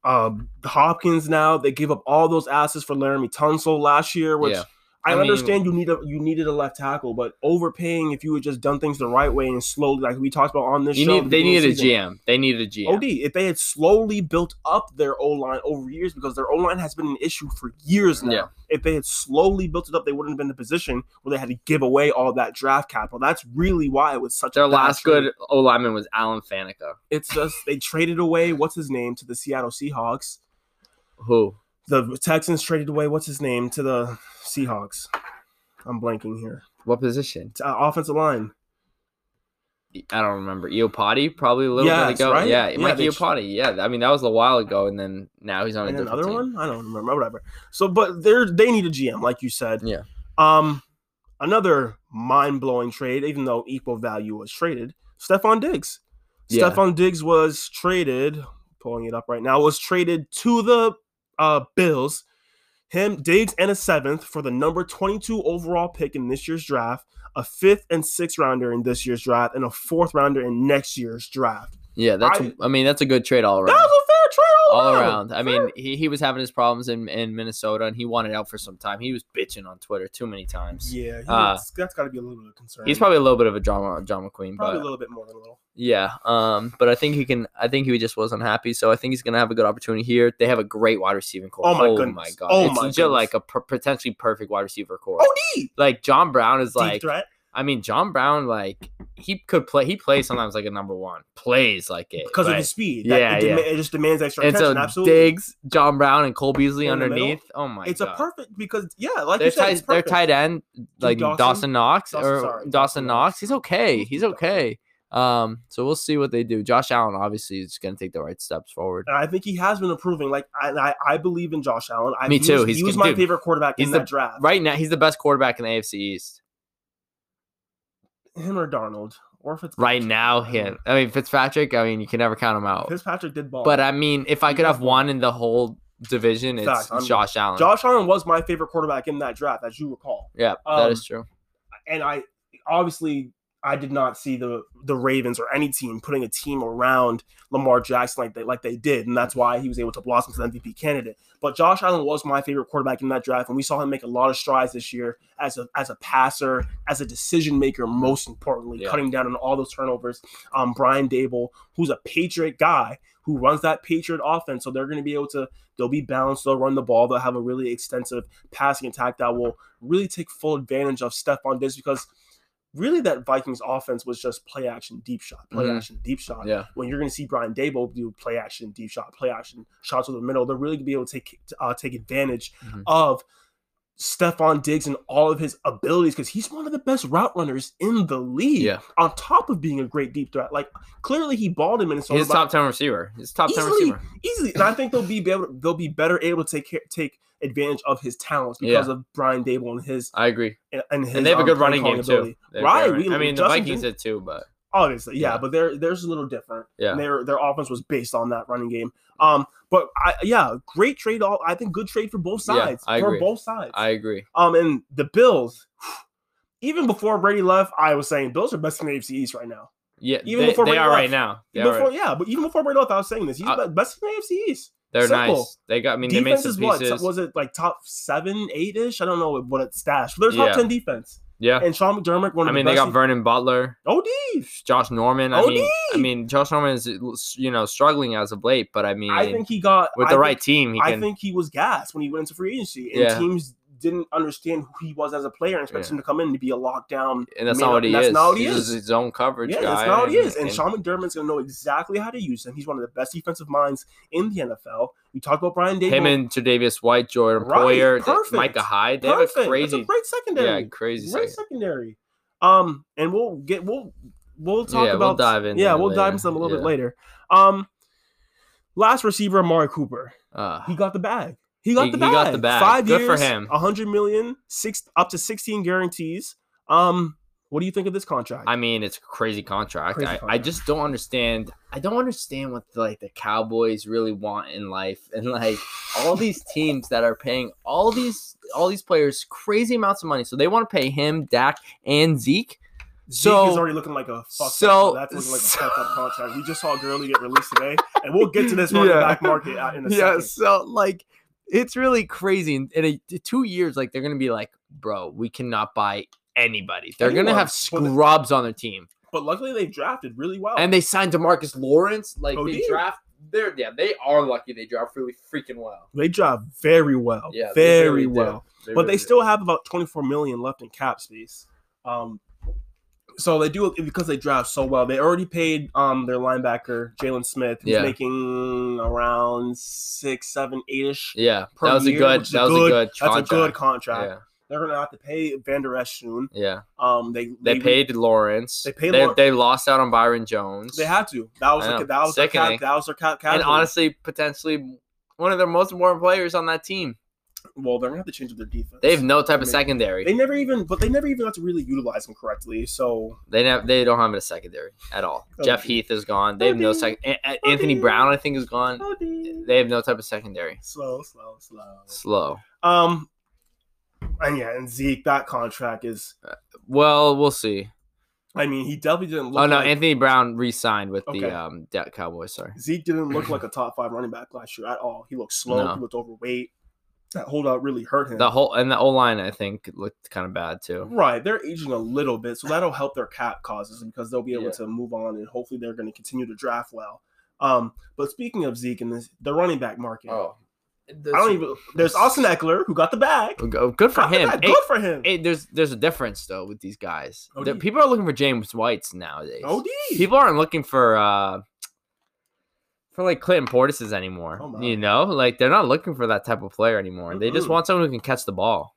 Speaker 2: um, Hopkins. Now they gave up all those assets for Laramie Tunsil last year, which
Speaker 3: Yeah.
Speaker 2: I,
Speaker 3: I mean-
Speaker 2: understand you need a you needed a left tackle, but overpaying if you had just done things the right way and slowly, like we talked about on this
Speaker 3: you
Speaker 2: show. at the
Speaker 3: need? They
Speaker 2: beginning of
Speaker 3: needed
Speaker 2: the
Speaker 3: a
Speaker 2: season.
Speaker 3: GM. They needed a GM.
Speaker 2: OD, if they had slowly built up their O line over years, because their O line has been an issue for years now.
Speaker 3: Yeah.
Speaker 2: If they had slowly built it up, they wouldn't have been in a position where they had to give away all that draft capital. That's really why it was such a
Speaker 3: Their
Speaker 2: bad
Speaker 3: last
Speaker 2: trade.
Speaker 3: good O lineman was Alan Faneca.
Speaker 2: It's just they traded away what's his name to the Seattle Seahawks.
Speaker 3: Who?
Speaker 2: The Texans traded away what's his name to the Seahawks. I'm blanking here.
Speaker 3: What position?
Speaker 2: It's, uh, offensive line.
Speaker 3: I don't remember. Eopati probably a little bit
Speaker 2: Yes,
Speaker 3: ago.
Speaker 2: right?
Speaker 3: Yeah,
Speaker 2: Yeah,
Speaker 3: Mike
Speaker 2: they ch-
Speaker 3: Iupati. Yeah, I mean that was a while ago, and then now he's on a
Speaker 2: and
Speaker 3: different
Speaker 2: another
Speaker 3: team.
Speaker 2: one. I don't remember. Whatever. So, but they're they need a GM, like you said.
Speaker 3: Yeah.
Speaker 2: Um, another mind blowing trade, even though equal value was traded. Stephon Diggs.
Speaker 3: Yeah.
Speaker 2: Stephon Diggs was traded. Pulling it up right now. Was traded to the uh, Bills. Him, Diggs, and a seventh for the number 22 overall pick in this year's draft, a fifth and sixth rounder in this year's draft, and a fourth rounder in next year's draft.
Speaker 3: Yeah, that's. I
Speaker 2: I-
Speaker 3: mean, that's a good trade all
Speaker 2: That
Speaker 3: around.
Speaker 2: was a fair trade all,
Speaker 3: all around. I mean, he, he was having his problems in, in Minnesota, and he wanted out for some time. He was bitching on Twitter too many times.
Speaker 2: yeah, he-
Speaker 3: Uh,
Speaker 2: that's got to be a little bit of concern.
Speaker 3: He's probably a little bit of a drama drama queen,
Speaker 2: probably
Speaker 3: but
Speaker 2: a little bit more than a little.
Speaker 3: yeah. Um, but I think he can. I think he just wasn't happy, so I think he's gonna have a good opportunity here. They have a great wide receiving core.
Speaker 2: Oh my goodness.
Speaker 3: my god!
Speaker 2: Oh
Speaker 3: it's
Speaker 2: my
Speaker 3: legit
Speaker 2: goodness.
Speaker 3: like a per- potentially perfect wide receiver core.
Speaker 2: Oh, D,
Speaker 3: Like John Brown is
Speaker 2: deep
Speaker 3: like.
Speaker 2: threat.
Speaker 3: I mean, John Brown like he could play. He plays sometimes like a number one. Plays like it
Speaker 2: because of
Speaker 3: like-
Speaker 2: his speed.
Speaker 3: Yeah,
Speaker 2: it, dema-
Speaker 3: yeah.
Speaker 2: it just demands extra
Speaker 3: and
Speaker 2: attention.
Speaker 3: so
Speaker 2: absolutely,
Speaker 3: Diggs, John Brown, and Cole Beasley
Speaker 2: In the middle.
Speaker 3: underneath. Oh my
Speaker 2: it's
Speaker 3: god!
Speaker 2: a perfect because yeah, like
Speaker 3: their
Speaker 2: you said,
Speaker 3: tight
Speaker 2: it's
Speaker 3: their
Speaker 2: perfect.
Speaker 3: tight end like Dawson,
Speaker 2: Dawson?
Speaker 3: Knox
Speaker 2: Dawson,
Speaker 3: or
Speaker 2: sorry,
Speaker 3: Dawson
Speaker 2: Dawson
Speaker 3: Knox.
Speaker 2: Knox.
Speaker 3: He's okay. He's
Speaker 2: Dawson.
Speaker 3: okay. Um, so we'll see what they do. Josh Allen obviously is going to take the right steps forward.
Speaker 2: And I think he has been improving. Like I, I, I believe in Josh Allen. I,
Speaker 3: Me
Speaker 2: he
Speaker 3: too.
Speaker 2: was-
Speaker 3: He's
Speaker 2: he was
Speaker 3: good,
Speaker 2: my
Speaker 3: dude.
Speaker 2: favorite quarterback
Speaker 3: He's
Speaker 2: in
Speaker 3: the-
Speaker 2: that draft.
Speaker 3: Right now, he's the best quarterback in the AFC East.
Speaker 2: him or Darnold or Fitzpatrick.
Speaker 3: Right now, him. I mean Fitzpatrick. I mean you can never count him out.
Speaker 2: Fitzpatrick did ball,
Speaker 3: But I mean, if I
Speaker 2: He
Speaker 3: could have
Speaker 2: does ball.
Speaker 3: one in the whole division, it's
Speaker 2: Facts, I'm-
Speaker 3: Josh Allen.
Speaker 2: Josh Allen was my favorite quarterback in that draft, as you recall.
Speaker 3: yeah, that
Speaker 2: um,
Speaker 3: is true.
Speaker 2: And I obviously I did not see the the Ravens or any team putting a team around Lamar Jackson like they like they did, and that's why he was able to blossom as an MVP candidate. But Josh Allen was my favorite quarterback in that draft, and we saw him make a lot of strides this year as a as a passer, as a decision maker, most importantly,
Speaker 3: Yeah.
Speaker 2: cutting down on all those turnovers. Um, Brian Dable, who's a Patriot guy who runs that Patriot offense, so they're going to be able to they'll be balanced, they'll run the ball, they'll have a really extensive passing attack that will really take full advantage of Stephon Diggs because. Really, that Vikings offense was just play action, deep shot, play
Speaker 3: Mhm.
Speaker 2: action, deep shot
Speaker 3: Yeah,
Speaker 2: when you're going to see Brian Dable do play action, deep shot, play action, shots over the middle, they're really going to be able to take uh, take advantage
Speaker 3: Mhm.
Speaker 2: of Stephon Diggs and all of his abilities because he's one of the best route runners in the league.
Speaker 3: yeah.
Speaker 2: On top of being a great deep threat, like clearly he balled him in Minnesota
Speaker 3: He's a
Speaker 2: by-
Speaker 3: top ten receiver. He's a top ten
Speaker 2: Easily.
Speaker 3: receiver.
Speaker 2: easily, and I think they'll be, be able they'll be better able to take care, take advantage of his talents because of Brian Dable and his
Speaker 3: I agree.
Speaker 2: and his
Speaker 3: and they have a
Speaker 2: um,
Speaker 3: good
Speaker 2: play
Speaker 3: running
Speaker 2: calling
Speaker 3: game
Speaker 2: ability.
Speaker 3: too. They have
Speaker 2: Right,
Speaker 3: great run-
Speaker 2: we-
Speaker 3: I mean, the
Speaker 2: Justin
Speaker 3: Vikings
Speaker 2: Fields-
Speaker 3: did too, but
Speaker 2: Obviously, yeah,
Speaker 3: Yeah.
Speaker 2: but they're they're just a little different.
Speaker 3: yeah,
Speaker 2: their their offense was based on that running game. Um, but I yeah, great trade. All I think good trade for both
Speaker 3: Yeah,
Speaker 2: sides.
Speaker 3: I
Speaker 2: for
Speaker 3: agree.
Speaker 2: both sides.
Speaker 3: I agree.
Speaker 2: um, and the Bills. *sighs* Even before Brady left, I was saying Bills are best in the AFC East right now.
Speaker 3: Yeah,
Speaker 2: Even
Speaker 3: they,
Speaker 2: before
Speaker 3: they
Speaker 2: Brady
Speaker 3: are right
Speaker 2: left.
Speaker 3: now. They are
Speaker 2: Before,
Speaker 3: right.
Speaker 2: yeah, but even before Brady left, I was saying this. He's
Speaker 3: Uh,
Speaker 2: the best in the AFC East.
Speaker 3: They're
Speaker 2: simple.
Speaker 3: nice. They got. I mean, they made
Speaker 2: defense
Speaker 3: some
Speaker 2: is what
Speaker 3: pieces.
Speaker 2: was it like top seven, eight ish? I don't know what it's stashed. But they're top
Speaker 3: Yeah.
Speaker 2: ten defense.
Speaker 3: yeah,
Speaker 2: And Sean McDermott, one
Speaker 3: I
Speaker 2: of
Speaker 3: mean,
Speaker 2: the
Speaker 3: they
Speaker 2: best.
Speaker 3: got Vernon Butler,
Speaker 2: OD.
Speaker 3: Josh Norman. I
Speaker 2: OD.
Speaker 3: mean, I mean, Josh Norman is you know struggling as of late, but I mean,
Speaker 2: I think he got
Speaker 3: with
Speaker 2: I
Speaker 3: the
Speaker 2: think-
Speaker 3: right team, he
Speaker 2: I
Speaker 3: can.
Speaker 2: think he was gassed when he went into free agency, and
Speaker 3: Yeah.
Speaker 2: teams didn't understand who he was as a player and expected
Speaker 3: Yeah.
Speaker 2: him to come in to be a lockdown.
Speaker 3: And that's
Speaker 2: man
Speaker 3: not
Speaker 2: up,
Speaker 3: what he
Speaker 2: and that's
Speaker 3: is.
Speaker 2: not what he
Speaker 3: He's
Speaker 2: is.
Speaker 3: just his own coverage
Speaker 2: Yeah,
Speaker 3: guy.
Speaker 2: that's not what he is. And,
Speaker 3: and-
Speaker 2: Sean McDermott's going to know exactly how to use him. He's one of the best defensive minds in the NFL. We talked about Brian Dable.
Speaker 3: him and Tre'Davious White, Jordan
Speaker 2: Right,
Speaker 3: Poyer,
Speaker 2: perfect.
Speaker 3: Micah Hyde. They
Speaker 2: perfect.
Speaker 3: have a
Speaker 2: That's
Speaker 3: crazy,
Speaker 2: a great secondary.
Speaker 3: yeah, crazy.
Speaker 2: great
Speaker 3: second-
Speaker 2: secondary. Um, and we'll get we'll we'll talk
Speaker 3: Yeah, we'll
Speaker 2: about
Speaker 3: dive into
Speaker 2: yeah
Speaker 3: it
Speaker 2: we'll
Speaker 3: later.
Speaker 2: dive into them a little
Speaker 3: Yeah.
Speaker 2: bit later. Um, last receiver Amari Cooper.
Speaker 3: uh,
Speaker 2: He got the bag. He got
Speaker 3: He-
Speaker 2: the
Speaker 3: he
Speaker 2: bag.
Speaker 3: got the bag.
Speaker 2: Five
Speaker 3: Good for
Speaker 2: years,
Speaker 3: him.
Speaker 2: hundred million, six up to sixteen guarantees. Um, what do you think of this contract?
Speaker 3: I mean, it's a crazy contract.
Speaker 2: Crazy
Speaker 3: I, I
Speaker 2: contract.
Speaker 3: just don't understand. I don't understand what like the Cowboys really want in life, and like
Speaker 2: *laughs*
Speaker 3: all these teams that are paying all these all these players crazy amounts of money. So they want to pay him, Dak, and Zeke.
Speaker 2: Zeke
Speaker 3: So
Speaker 2: is already looking like a fuck
Speaker 3: so-
Speaker 2: so, that's looking like a
Speaker 3: so-
Speaker 2: fucked
Speaker 3: *laughs*
Speaker 2: up contract. We just saw Gurley get released today, and we'll get to this running
Speaker 3: Yeah.
Speaker 2: back market uh, in a
Speaker 3: yeah.
Speaker 2: second.
Speaker 3: So like. It's really crazy. In, in a, t- two years, like they're gonna be like, bro, we cannot buy anybody. They're gonna
Speaker 2: Anyone.
Speaker 3: have
Speaker 2: Well, the- Oh.
Speaker 3: scrubs on their team.
Speaker 2: But luckily, they've drafted really well.
Speaker 3: and they signed Demarcus Lawrence. Like
Speaker 2: Oh,
Speaker 3: they
Speaker 2: dude.
Speaker 3: draft, they're yeah, they are lucky they draft really freaking well.
Speaker 2: they draft very well,
Speaker 3: Yeah, they
Speaker 2: very
Speaker 3: really do.
Speaker 2: well. but they still have about 24 million left in cap space. Um, so they do because they draft so well. They already paid um their linebacker Jalen Smith, who's
Speaker 3: Yeah.
Speaker 2: making around six, seven, eight ish.
Speaker 3: yeah, that
Speaker 2: per
Speaker 3: was a
Speaker 2: year,
Speaker 3: good.
Speaker 2: which is
Speaker 3: That was a
Speaker 2: good.
Speaker 3: good.
Speaker 2: That's a
Speaker 3: contract.
Speaker 2: good contract.
Speaker 3: Yeah,
Speaker 2: They're gonna have to pay Van Der Esch soon.
Speaker 3: yeah.
Speaker 2: Um, they
Speaker 3: They paid Lawrence. They
Speaker 2: They paid
Speaker 3: They,
Speaker 2: Law-
Speaker 3: lost out on Byron Jones.
Speaker 2: They had to. That was
Speaker 3: I know.
Speaker 2: like, that was their
Speaker 3: Sickening.
Speaker 2: cap, that was their cap.
Speaker 3: and
Speaker 2: category.
Speaker 3: honestly, potentially one of their most important players on that team.
Speaker 2: well, they're gonna have to change up their defense.
Speaker 3: They have no type
Speaker 2: I
Speaker 3: of
Speaker 2: mean,
Speaker 3: secondary.
Speaker 2: They never even, but they never even got to really utilize them correctly. So
Speaker 3: *laughs* They nev- they don't have a secondary at all.
Speaker 2: Oh,
Speaker 3: Jeff
Speaker 2: dear.
Speaker 3: Heath is gone. They have no
Speaker 2: Oh,
Speaker 3: sec.
Speaker 2: dear.
Speaker 3: An- An-
Speaker 2: Oh,
Speaker 3: Anthony
Speaker 2: dear.
Speaker 3: Brown, I think, is gone.
Speaker 2: slow,
Speaker 3: They have no type of secondary.
Speaker 2: slow, slow.
Speaker 3: Slow.
Speaker 2: Um, and yeah, and Zeke, that contract is
Speaker 3: Well, we'll see.
Speaker 2: I mean, he definitely didn't look.
Speaker 3: Oh no,
Speaker 2: like,
Speaker 3: Anthony Brown re-signed with
Speaker 2: Okay.
Speaker 3: the um De- Cowboys. Sorry.
Speaker 2: Zeke didn't look
Speaker 3: *clears throat*
Speaker 2: like a top five running back last year at all. He looked slow.
Speaker 3: No.
Speaker 2: He looked overweight. That holdout really hurt him.
Speaker 3: The whole and the O line I think looked kind of bad too.
Speaker 2: Right, they're aging a little bit, so that'll help their cap causes because they'll be able
Speaker 3: Yeah.
Speaker 2: to move on and hopefully they're going to continue to draft well. Um, but speaking of Zeke and this, the running back market,
Speaker 3: Oh,
Speaker 2: I don't even. There's Austin Eckler who got the bag.
Speaker 3: Go- Good for
Speaker 2: Got the
Speaker 3: him.
Speaker 2: bag.
Speaker 3: Hey,
Speaker 2: Good for him.
Speaker 3: hey, there's there's a difference though with these guys.
Speaker 2: Oh,
Speaker 3: The-
Speaker 2: yeah.
Speaker 3: people are looking for James Whites nowadays.
Speaker 2: Od.
Speaker 3: People aren't looking for uh for like Clinton Portis's anymore.
Speaker 2: Oh, my.
Speaker 3: you know, like they're not looking for that type of player anymore. They just
Speaker 2: Mm-mm.
Speaker 3: want someone who can catch the ball,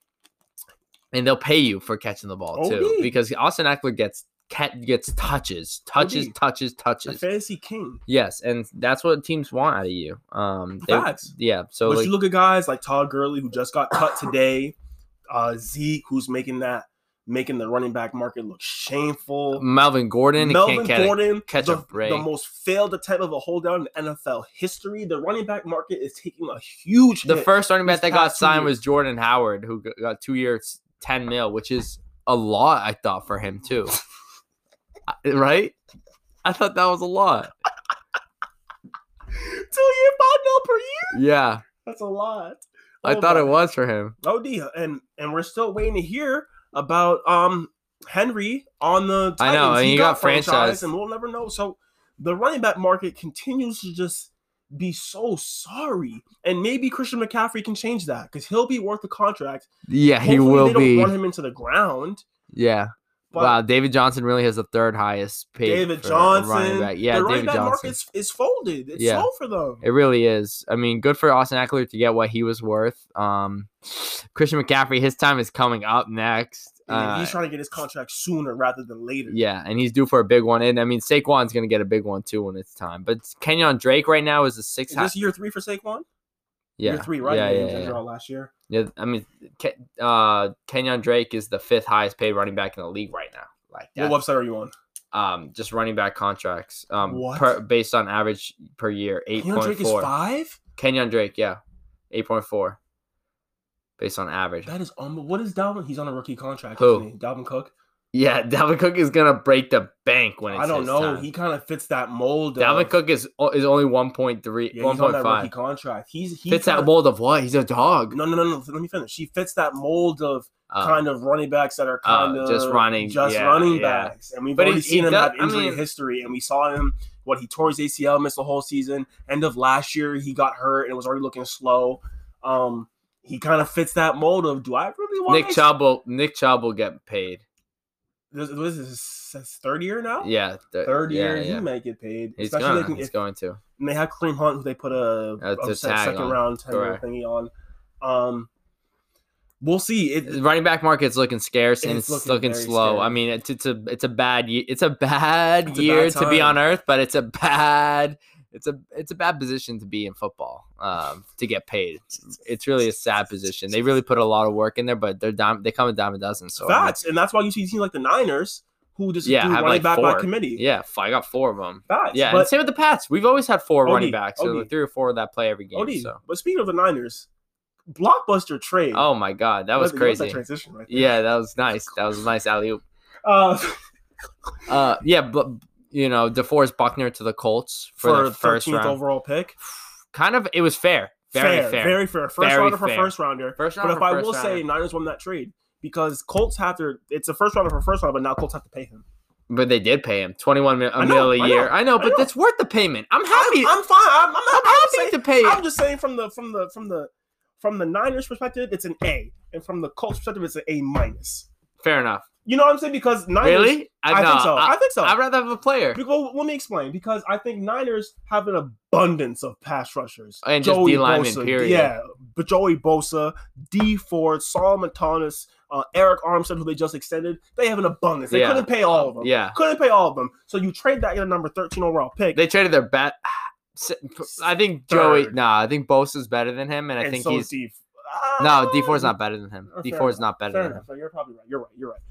Speaker 3: and they'll pay you for catching the
Speaker 2: Oh,
Speaker 3: ball too,
Speaker 2: OD.
Speaker 3: because Austin Eckler gets cat gets
Speaker 2: Oh,
Speaker 3: touches, touches,
Speaker 2: OD.
Speaker 3: touches,
Speaker 2: the
Speaker 3: touches.
Speaker 2: fantasy king.
Speaker 3: Yes, and that's what teams want out of you. Um, they,
Speaker 2: Facts.
Speaker 3: yeah. So
Speaker 2: but
Speaker 3: like,
Speaker 2: you look at guys like Todd Gurley who just got cut today, uh, Zeke who's making that making the running back market look shameful.
Speaker 3: Malvin Gordon
Speaker 2: Melvin
Speaker 3: Mm, can't catch it.
Speaker 2: Gordon,
Speaker 3: catch a
Speaker 2: the,
Speaker 3: break.
Speaker 2: the most failed attempt of a holdout in NFL history. The running back market is taking a huge
Speaker 3: The
Speaker 2: hit.
Speaker 3: first running back
Speaker 2: These
Speaker 3: that got
Speaker 2: past two
Speaker 3: signed
Speaker 2: years.
Speaker 3: was Jordan Howard, who g- got two years, ten mil, which is a lot. I thought for him
Speaker 2: *laughs*
Speaker 3: too, I- right? I thought that was a lot.
Speaker 2: two year five mil per year.
Speaker 3: Yeah,
Speaker 2: That's a lot.
Speaker 3: I
Speaker 2: Oh
Speaker 3: thought it
Speaker 2: my-
Speaker 3: was for him.
Speaker 2: Oh dear, and and we're still waiting to hear about um Henry on the.
Speaker 3: I know,
Speaker 2: Titans.
Speaker 3: and he got franchised.
Speaker 2: franchised, and we'll never know. So the running back market continues to just be so sorry, and maybe Christian McCaffrey can change that because he'll be worth the contract.
Speaker 3: Yeah, he
Speaker 2: Hopefully
Speaker 3: will
Speaker 2: they don't
Speaker 3: be.
Speaker 2: run him into the ground.
Speaker 3: Yeah.
Speaker 2: But
Speaker 3: wow, David Johnson really has the third highest paid
Speaker 2: David
Speaker 3: for a running
Speaker 2: Johnson,
Speaker 3: back. Yeah,
Speaker 2: the running
Speaker 3: David
Speaker 2: back
Speaker 3: Johnson.
Speaker 2: market is, is folded. It's
Speaker 3: Yeah.
Speaker 2: slow for them.
Speaker 3: It really is. I mean, good for Austin Eckler to get what he was worth. Um, Christian McCaffrey, his time is coming up next.
Speaker 2: And
Speaker 3: Uh,
Speaker 2: he's trying to get his contract sooner rather than later.
Speaker 3: yeah, and he's due for a big one. And I mean, Saquon's going to get a big one too when it's time. But Kenyon Drake right now is the
Speaker 2: Is
Speaker 3: sixth.
Speaker 2: this
Speaker 3: highest.
Speaker 2: year three for Saquon?
Speaker 3: yeah,
Speaker 2: Year three, right?
Speaker 3: Yeah,
Speaker 2: He
Speaker 3: yeah,
Speaker 2: was
Speaker 3: yeah.
Speaker 2: injured all last year.
Speaker 3: yeah. I mean, Ke- uh, Kenyon Drake is the fifth highest paid running back in the league right now. Like that.
Speaker 2: What website are you on?
Speaker 3: um, just running back contracts. Um,
Speaker 2: What?
Speaker 3: per, based on average per year, eight
Speaker 2: Kenyon
Speaker 3: point
Speaker 2: Drake is
Speaker 3: four.
Speaker 2: five.
Speaker 3: Kenyon Drake, yeah, eight point four, based on average.
Speaker 2: That is um. What is Dalvin? He's on a rookie contract.
Speaker 3: Who?
Speaker 2: Isn't he? Dalvin Cook.
Speaker 3: Yeah, *laughs* Dalvin Cook is gonna break the bank when it's
Speaker 2: I don't
Speaker 3: his
Speaker 2: know.
Speaker 3: time.
Speaker 2: He kind of fits that mold.
Speaker 3: Dalvin
Speaker 2: of-
Speaker 3: Cook is o- is only one point three,
Speaker 2: Yeah,
Speaker 3: one
Speaker 2: he's on
Speaker 3: point
Speaker 2: that rookie
Speaker 3: five.
Speaker 2: contract. He's he
Speaker 3: Fits that
Speaker 2: kinda-
Speaker 3: mold of what? He's a dog.
Speaker 2: No, no, no, no. Let me finish. He fits that mold of
Speaker 3: Uh,
Speaker 2: kind of running backs that are
Speaker 3: uh,
Speaker 2: kind of
Speaker 3: just running-
Speaker 2: just
Speaker 3: yeah,
Speaker 2: running
Speaker 3: yeah.
Speaker 2: backs. And we've
Speaker 3: But he-
Speaker 2: already
Speaker 3: he
Speaker 2: seen him
Speaker 3: does-
Speaker 2: have
Speaker 3: I
Speaker 2: injury
Speaker 3: mean-
Speaker 2: history, and we saw him what he tore his ACL, missed the whole season. End of last year, he got hurt and was already looking slow. Um, he kind of fits that mold of do I really want
Speaker 3: Nick
Speaker 2: this-
Speaker 3: Chubb will Nick Chubb will get paid.
Speaker 2: This, this is his third year now.
Speaker 3: Yeah, th-
Speaker 2: Third
Speaker 3: Uh, yeah,
Speaker 2: year,
Speaker 3: yeah.
Speaker 2: he might get paid.
Speaker 3: He's
Speaker 2: especially
Speaker 3: gonna.
Speaker 2: if-
Speaker 3: he's
Speaker 2: if-
Speaker 3: going to.
Speaker 2: and they have Kareem Hunt, who they put a,
Speaker 3: Uh, to
Speaker 2: a se-
Speaker 3: tag
Speaker 2: second
Speaker 3: on.
Speaker 2: round tenure
Speaker 3: Correct.
Speaker 2: thingy on. Um, we'll see. It,
Speaker 3: The running back market's looking scarce and
Speaker 2: It's
Speaker 3: it's,
Speaker 2: looking
Speaker 3: looking,
Speaker 2: very
Speaker 3: slow.
Speaker 2: scary.
Speaker 3: I mean, it's, it's a it's a bad ye- it's a bad
Speaker 2: It's a
Speaker 3: year
Speaker 2: bad
Speaker 3: to be
Speaker 2: time.
Speaker 3: on earth, but it's a bad it's a it's a bad position to be in football um, to get paid. It's really a sad position. They really put a lot of work in there, but they're dime, they come a dime a dozen. So I mean,
Speaker 2: facts, and that's why you see teams like the Niners who just
Speaker 3: Yeah,
Speaker 2: do
Speaker 3: have,
Speaker 2: running
Speaker 3: like,
Speaker 2: back by
Speaker 3: four.
Speaker 2: committee.
Speaker 3: yeah, f- I got four of them.
Speaker 2: Facts.
Speaker 3: Yeah, and
Speaker 2: but,
Speaker 3: same with the Pats. We've always had four running
Speaker 2: OD,
Speaker 3: backs, so
Speaker 2: OD.
Speaker 3: three or four that play every game.
Speaker 2: OD,
Speaker 3: So,
Speaker 2: but speaking of the Niners, blockbuster trade.
Speaker 3: oh my god, that
Speaker 2: You love- you
Speaker 3: was
Speaker 2: love
Speaker 3: crazy.
Speaker 2: That transition, right? there.
Speaker 3: yeah, that was nice. That was a nice alley oop.
Speaker 2: Uh,
Speaker 3: Uh, yeah, but you know, DeForest Buckner to the Colts for,
Speaker 2: for
Speaker 3: the first
Speaker 2: thirteenth
Speaker 3: round.
Speaker 2: overall pick.
Speaker 3: Kind of, it was fair, very fair.
Speaker 2: very fair. First
Speaker 3: Very
Speaker 2: rounder
Speaker 3: fair.
Speaker 2: for first rounder.
Speaker 3: First round,
Speaker 2: But if I will say,
Speaker 3: say,
Speaker 2: Niners won that trade because Colts have their. It's a first rounder for first round, but now Colts have to pay him.
Speaker 3: but they did pay him twenty one mil,
Speaker 2: I
Speaker 3: a
Speaker 2: know,
Speaker 3: mil a
Speaker 2: I
Speaker 3: year.
Speaker 2: know,
Speaker 3: I know, but
Speaker 2: know.
Speaker 3: that's worth the payment. I'm happy.
Speaker 2: I'm,
Speaker 3: I'm,
Speaker 2: I'm fine. I'm, I'm not. I'm,
Speaker 3: happy
Speaker 2: saying,
Speaker 3: to pay
Speaker 2: I'm
Speaker 3: it.
Speaker 2: just saying from the from the from the from the Niners perspective, it's an A, and from the Colts perspective, it's an A minus.
Speaker 3: Fair enough.
Speaker 2: You know what I'm saying? Because Niners,
Speaker 3: Really?
Speaker 2: I, think so. I, think so.
Speaker 3: would rather have a player
Speaker 2: because, let me explain. Because I think Niners have an abundance of pass rushers
Speaker 3: And just D linemen,
Speaker 2: Bosa,
Speaker 3: period.
Speaker 2: Yeah, but Joey Bosa, D Ford, Solomon Thomas, uh, Eric Armstead, who they just extended. They have an abundance. They
Speaker 3: Yeah.
Speaker 2: couldn't pay all of them.
Speaker 3: Yeah.
Speaker 2: couldn't pay all of them. So you trade that at a number 13 overall pick.
Speaker 3: They traded their *sighs* bat. I think Joey.
Speaker 2: Third.
Speaker 3: Nah, I think Bosa's better than him, and I
Speaker 2: and
Speaker 3: think
Speaker 2: so
Speaker 3: he's
Speaker 2: is D.
Speaker 3: no. D 4s not better than him.
Speaker 2: Oh,
Speaker 3: D
Speaker 2: fair
Speaker 3: 4s not better
Speaker 2: Fair
Speaker 3: than him.
Speaker 2: enough. You're probably right. You're right. You're right.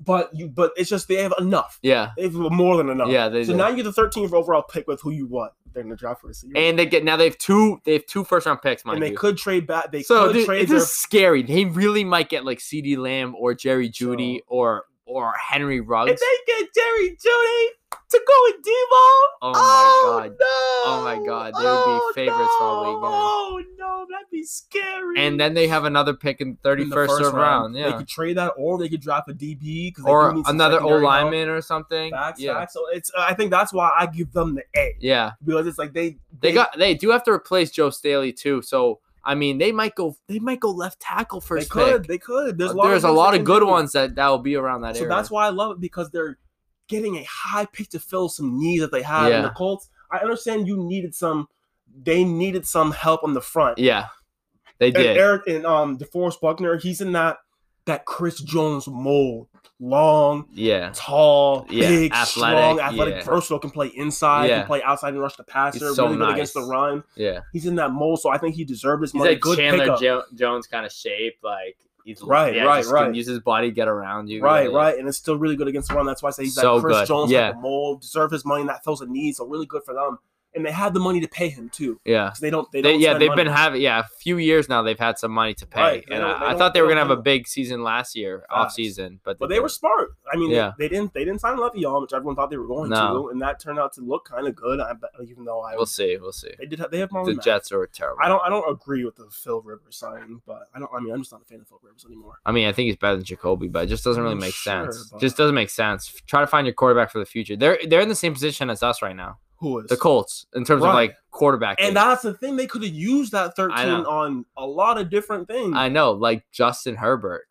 Speaker 2: But you, but it's just they have enough.
Speaker 3: Yeah,
Speaker 2: They have more than enough.
Speaker 3: yeah. They
Speaker 2: So
Speaker 3: do.
Speaker 2: now you get the 13th overall pick with who you want. They're in the draft for a year.
Speaker 3: and they get now they have two. They have two first round picks, mind
Speaker 2: and they
Speaker 3: you.
Speaker 2: could trade back. They
Speaker 3: so
Speaker 2: could
Speaker 3: dude,
Speaker 2: trade
Speaker 3: it's
Speaker 2: their
Speaker 3: just scary. They really might get like C.D. Lamb or Jerry Judy
Speaker 2: So-
Speaker 3: or or Henry
Speaker 2: If
Speaker 3: Ruggs.
Speaker 2: they get Jerry Judy to go with Debo,
Speaker 3: Oh my God.
Speaker 2: No.
Speaker 3: Oh my God, they would be favorites for all weekend.
Speaker 2: Oh no, that'd be scary.
Speaker 3: and then they have another pick in
Speaker 2: In
Speaker 3: thirty
Speaker 2: the
Speaker 3: first round.
Speaker 2: They
Speaker 3: yeah,
Speaker 2: could trade that, or they could drop a DB 'cause they do
Speaker 3: or
Speaker 2: need some
Speaker 3: another O
Speaker 2: secondary help.
Speaker 3: lineman or something.
Speaker 2: Facts,
Speaker 3: yeah,
Speaker 2: facts. So it's I think that's why I give them the A
Speaker 3: yeah.
Speaker 2: because it's like they
Speaker 3: They got they do have to replace Joe Staley too. So I mean, they might go they might go left tackle
Speaker 2: they
Speaker 3: first
Speaker 2: could
Speaker 3: pick.
Speaker 2: they could
Speaker 3: There's,
Speaker 2: there's, lot
Speaker 3: a
Speaker 2: things
Speaker 3: lot
Speaker 2: they
Speaker 3: of
Speaker 2: can
Speaker 3: good
Speaker 2: do.
Speaker 3: ones that that will be around that
Speaker 2: So
Speaker 3: area.
Speaker 2: that's why I love it because they're getting a high pick to fill some needs that they have in
Speaker 3: Yeah.
Speaker 2: the Colts. I understand you needed some they needed some help on the front.
Speaker 3: yeah, they
Speaker 2: And
Speaker 3: did.
Speaker 2: Eric and um DeForest Buckner, he's in that that Chris Jones mold. Long,
Speaker 3: yeah,
Speaker 2: tall,
Speaker 3: Yeah,
Speaker 2: big,
Speaker 3: athletic,
Speaker 2: strong, athletic,
Speaker 3: yeah.
Speaker 2: versatile, can play inside,
Speaker 3: Yeah.
Speaker 2: can play outside and rush the passer,
Speaker 3: He's so
Speaker 2: really good against the
Speaker 3: nice.
Speaker 2: run.
Speaker 3: yeah.
Speaker 2: He's in that mold, so I think he deserved this
Speaker 3: He's
Speaker 2: money.
Speaker 3: like
Speaker 2: good
Speaker 3: Chandler
Speaker 2: pickup.
Speaker 3: jo- Jones kind of shape, like he's
Speaker 2: Right,
Speaker 3: yeah,
Speaker 2: right,
Speaker 3: just can
Speaker 2: right.
Speaker 3: Use his body, to get around you.
Speaker 2: Right,
Speaker 3: yeah, yeah.
Speaker 2: right, and it's still really good against the run. That's why I say he's
Speaker 3: So
Speaker 2: like Chris
Speaker 3: good,
Speaker 2: Jones,
Speaker 3: yeah.
Speaker 2: like a mold, deserve his money. and That fills a need, so really good for them. And they have the money to pay him too,
Speaker 3: Yeah.
Speaker 2: because they don't. They,
Speaker 3: They,
Speaker 2: don't
Speaker 3: yeah,
Speaker 2: spend
Speaker 3: they've
Speaker 2: money.
Speaker 3: been having yeah a few years now. They've had some money to pay,
Speaker 2: Right, they
Speaker 3: and
Speaker 2: don't-
Speaker 3: I-
Speaker 2: they
Speaker 3: I,
Speaker 2: don't-
Speaker 3: thought they
Speaker 2: they
Speaker 3: were gonna
Speaker 2: don't
Speaker 3: have
Speaker 2: do
Speaker 3: a
Speaker 2: it.
Speaker 3: big season last year, off
Speaker 2: Facts.
Speaker 3: season, but
Speaker 2: But they were
Speaker 3: didn't.
Speaker 2: smart. I mean,
Speaker 3: Yeah.
Speaker 2: they, they didn't. They didn't sign Le'Veon, which everyone thought they were going
Speaker 3: No.
Speaker 2: to, and that turned out to look kind of good. I bet, even though I
Speaker 3: We'll see. We'll see.
Speaker 2: they did have, they have
Speaker 3: The
Speaker 2: Marlon Mack.
Speaker 3: Jets are terrible.
Speaker 2: I don't. I don't agree with the Phil Rivers signing, but I don't. I mean, I'm just not a fan of Phil Rivers anymore.
Speaker 3: I mean, I think he's better than Jacoby, but it just doesn't really
Speaker 2: I'm
Speaker 3: make
Speaker 2: sure,
Speaker 3: sense.
Speaker 2: but-
Speaker 3: Just doesn't make sense. Try to find your quarterback for the future. They're they're in the same position as us right now,
Speaker 2: Who is
Speaker 3: the Colts, in terms of
Speaker 2: Right.
Speaker 3: like quarterback.
Speaker 2: And that's the thing. They could have used that 13
Speaker 3: know.
Speaker 2: on a lot of different things
Speaker 3: I know, like Justin Herbert.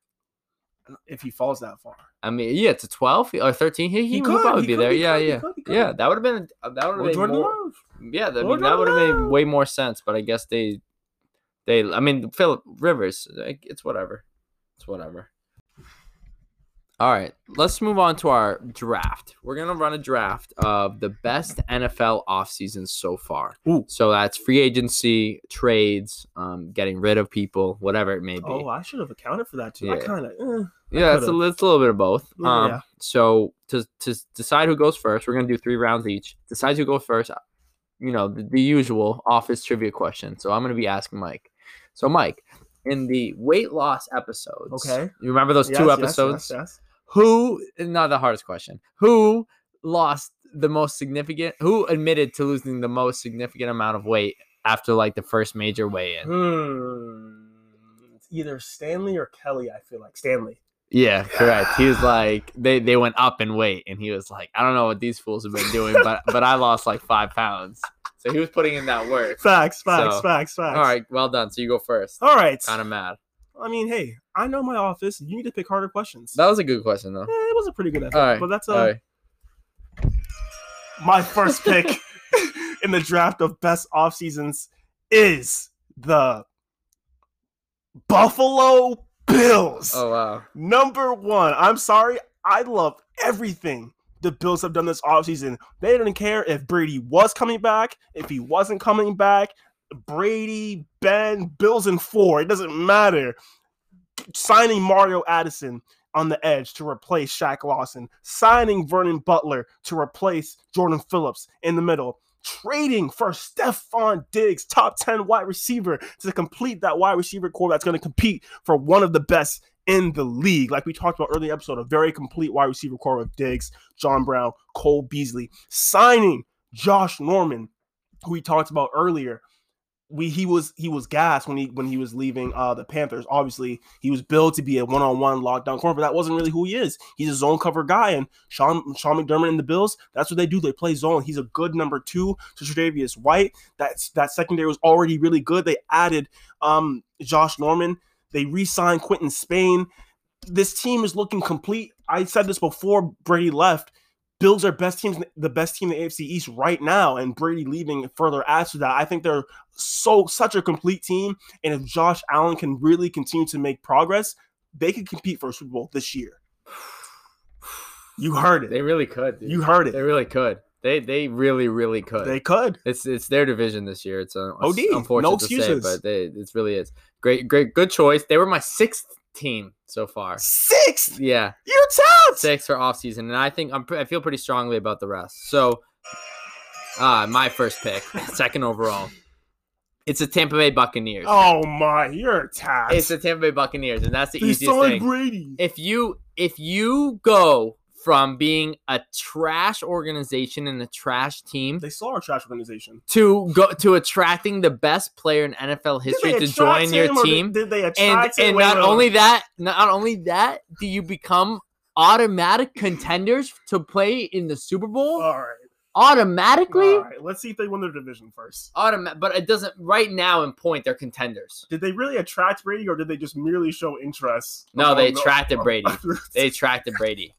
Speaker 2: if he falls that far.
Speaker 3: I mean, yeah, to twelve or thirteen, he, he, would
Speaker 2: could,
Speaker 3: probably
Speaker 2: he
Speaker 3: be
Speaker 2: could,
Speaker 3: there.
Speaker 2: he
Speaker 3: yeah,
Speaker 2: could, he
Speaker 3: yeah,
Speaker 2: could, he could.
Speaker 3: yeah. That would have been uh, that would
Speaker 2: Or
Speaker 3: have been
Speaker 2: Jordan
Speaker 3: more.
Speaker 2: Love.
Speaker 3: Yeah, that, I
Speaker 2: Or
Speaker 3: mean, that would
Speaker 2: Jordan
Speaker 3: have made
Speaker 2: Love.
Speaker 3: way more sense, but I guess they, they. I mean, Philip Rivers, like, it's whatever, it's whatever. All right, let's move on to our draft. We're gonna run a draft of the best NFL offseason so far.
Speaker 2: Ooh.
Speaker 3: So that's free agency, trades, um, getting rid of people, whatever it may be.
Speaker 2: Oh, I should have accounted for that too. I
Speaker 3: Yeah.
Speaker 2: kind of. Eh.
Speaker 3: yeah, it's a,
Speaker 2: could've-
Speaker 3: li- it's a little bit of both.
Speaker 2: Yeah,
Speaker 3: Um,
Speaker 2: yeah.
Speaker 3: so to to s- decide who goes first, we're gonna do three rounds each. Decides who goes first. uh, You know the, the usual office trivia question. So I'm gonna be asking Mike. So Mike, in the weight loss episodes,
Speaker 2: Okay.
Speaker 3: you remember those
Speaker 2: Yes,
Speaker 3: two
Speaker 2: yes,
Speaker 3: episodes?
Speaker 2: yes,
Speaker 3: Who? Not the hardest question. Who lost the most significant? Who admitted to losing the most significant amount of weight after like the first major
Speaker 2: yes.
Speaker 3: weigh-in?
Speaker 2: Hmm. It's either Stanley or Kelly. I feel like Stanley.
Speaker 3: Yeah, correct.
Speaker 2: *sighs*
Speaker 3: He was like, they they went up in weight, and he was like, I don't know what these fools have been doing, but but I lost like five pounds. So he was putting in that work.
Speaker 2: Facts, facts,
Speaker 3: So,
Speaker 2: facts, facts.
Speaker 3: All right, well done. So you go first.
Speaker 2: All right.
Speaker 3: Kind of mad.
Speaker 2: I mean, hey, I know my office. You need to pick harder questions.
Speaker 3: That was a good question
Speaker 2: Eh,
Speaker 3: though.
Speaker 2: it was a pretty good effort,
Speaker 3: All right,
Speaker 2: but that's uh,
Speaker 3: All right,
Speaker 2: my first pick *laughs* in the draft of best off seasons is the Buffalo Bills.
Speaker 3: Oh wow.
Speaker 2: Number one. I'm sorry. I love everything the Bills have done this offseason. They didn't care if Brady was coming back, if he wasn't coming back. Brady, Ben, Bills, and four. It doesn't matter. Signing Mario Addison on the edge to replace Shaq Lawson. Signing Vernon Butler to replace Jordan Phillips in the middle. Trading for Stephon Diggs, top 10 wide receiver, to complete that wide receiver core that's going to compete for one of the best in the league. Like we talked about earlier in the episode, a very complete wide receiver core with Diggs, John Brown, Cole Beasley, signing Josh Norman, who we talked about earlier. We he was he was gassed when he when he was leaving uh the Panthers. Obviously, he was billed to be a one on one lockdown corner, but that wasn't really who he is. He's a zone cover guy, and Sean Sean McDermott and the Bills. That's what they do. They play zone. He's a good number two to Tre'Davious White. That's that secondary was already really good. They added um Josh Norman. They re-signed Quentin Spain. This team is looking complete. I said this before Brady left. Bills are best teams, the best team in the AFC East right now, and Brady leaving further adds to that. I think they're so such a complete team, and if Josh Allen can really continue to make progress, they could compete for a Super Bowl this year. You heard it.
Speaker 3: They really could. Dude.
Speaker 2: You heard
Speaker 3: They
Speaker 2: it.
Speaker 3: really could. They they really really could.
Speaker 2: They could.
Speaker 3: It's it's their division this year. It's uh,
Speaker 2: OD,
Speaker 3: it's
Speaker 2: no
Speaker 3: unfortunate to say,
Speaker 2: excuses.
Speaker 3: but they it really is great great good choice. They were my sixth team so far.
Speaker 2: Sixth.
Speaker 3: Yeah.
Speaker 2: You're tough.
Speaker 3: six for off season, and I think I'm, pre- I feel pretty strongly about the rest. So, uh, my first pick, *laughs* second overall, it's the Tampa Bay Buccaneers.
Speaker 2: Oh my, you're tough.
Speaker 3: It's the Tampa Bay Buccaneers, and that's the
Speaker 2: they
Speaker 3: easiest
Speaker 2: signed
Speaker 3: thing.
Speaker 2: Brady.
Speaker 3: If you if you go from being a trash organization and a trash team
Speaker 2: They saw our trash organization.
Speaker 3: to go to attracting the best player in NFL
Speaker 2: Did
Speaker 3: history
Speaker 2: they
Speaker 3: to
Speaker 2: attract
Speaker 3: join your
Speaker 2: him or did-
Speaker 3: team.
Speaker 2: Did they
Speaker 3: and
Speaker 2: attract him?
Speaker 3: and
Speaker 2: Wait,
Speaker 3: not
Speaker 2: wait, wait.
Speaker 3: only that, not only that, do you become automatic contenders to play in the Super Bowl
Speaker 2: All right.
Speaker 3: automatically?
Speaker 2: All right. Let's see if they won their division first.
Speaker 3: Automa- but it doesn't right now in point they're contenders.
Speaker 2: Did they really attract Brady, or did they just merely show interest? Oh,
Speaker 3: No, they
Speaker 2: among the-
Speaker 3: attracted Brady. They attracted Brady.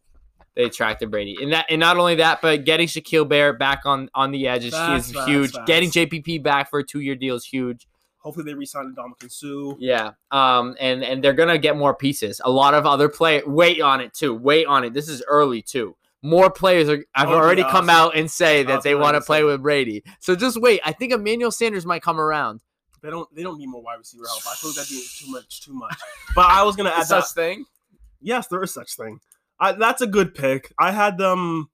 Speaker 3: They attracted Brady. And that and not only that, but getting Shaquille Barrett back on on the edge is,
Speaker 2: Facts,
Speaker 3: is
Speaker 2: facts,
Speaker 3: huge.
Speaker 2: facts.
Speaker 3: Getting JPP back for a 2-year deal is huge.
Speaker 2: Hopefully, they re-signed Dominican Sue.
Speaker 3: Yeah. Um. And and they're gonna get more pieces. A lot of other play. Wait on it too. Wait on it. This is early too. More players are, have
Speaker 2: Oh, yeah,
Speaker 3: already
Speaker 2: I
Speaker 3: come
Speaker 2: see.
Speaker 3: out and say
Speaker 2: I
Speaker 3: that
Speaker 2: was
Speaker 3: they
Speaker 2: gonna
Speaker 3: want to
Speaker 2: say
Speaker 3: play
Speaker 2: that.
Speaker 3: with Brady. So just wait. I think Emmanuel Sanders might come around.
Speaker 2: They don't. They don't need more wide receiver help. I feel like that'd be too much. Too much. But I
Speaker 3: *laughs*
Speaker 2: was gonna add that.
Speaker 3: thing.
Speaker 2: Yes, there is such thing. I, that's a good pick. I had them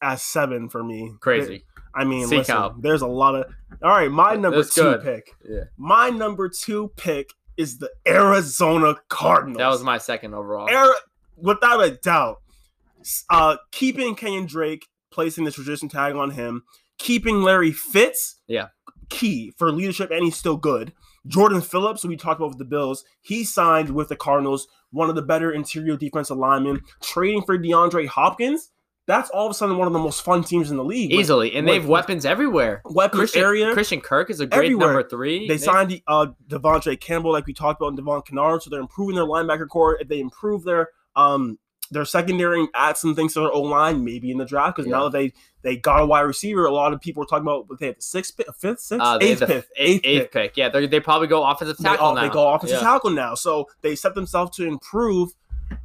Speaker 2: as seven for me.
Speaker 3: Crazy.
Speaker 2: I mean,
Speaker 3: Seek
Speaker 2: listen,
Speaker 3: out.
Speaker 2: there's a lot of. All right, my
Speaker 3: Th-
Speaker 2: number
Speaker 3: that's
Speaker 2: two
Speaker 3: good.
Speaker 2: pick.
Speaker 4: Yeah.
Speaker 2: My number two pick is the Arizona Cardinals.
Speaker 3: That was my second overall.
Speaker 2: Air, without a doubt, s- uh, keeping Kenyon Drake, placing the tradition tag on him, keeping Larry Fitz,
Speaker 3: Yeah.
Speaker 2: key for leadership, and he's still good. Jordan Phillips, who we talked about with the Bills, he signed with the Cardinals, one of the better interior defensive linemen. Trading for DeAndre Hopkins, that's all of a sudden one of the most fun teams in the league. with
Speaker 3: Easily, and
Speaker 2: Wait,
Speaker 3: they've weapons everywhere.
Speaker 2: Weapons
Speaker 3: Christian,
Speaker 2: area.
Speaker 3: Christian Kirk is a great
Speaker 2: Everywhere.
Speaker 3: number three.
Speaker 2: They signed uh, Devontae Campbell, like we talked about, and Devon Kennard. So they're improving their linebacker core. If they improve their um their secondary and add some things to their O line, maybe in the draft, because now that they they got a wide receiver, a lot of people are talking about what they have the sixth, pick, fifth, sixth,
Speaker 3: Uh, they
Speaker 2: eighth,
Speaker 3: have the
Speaker 2: pick,
Speaker 3: f- eighth, eighth pick. Yeah, they they probably go offensive
Speaker 2: They,
Speaker 3: tackle
Speaker 2: all-
Speaker 3: now.
Speaker 2: they go offensive
Speaker 3: Yeah.
Speaker 2: tackle now, so they set themselves to improve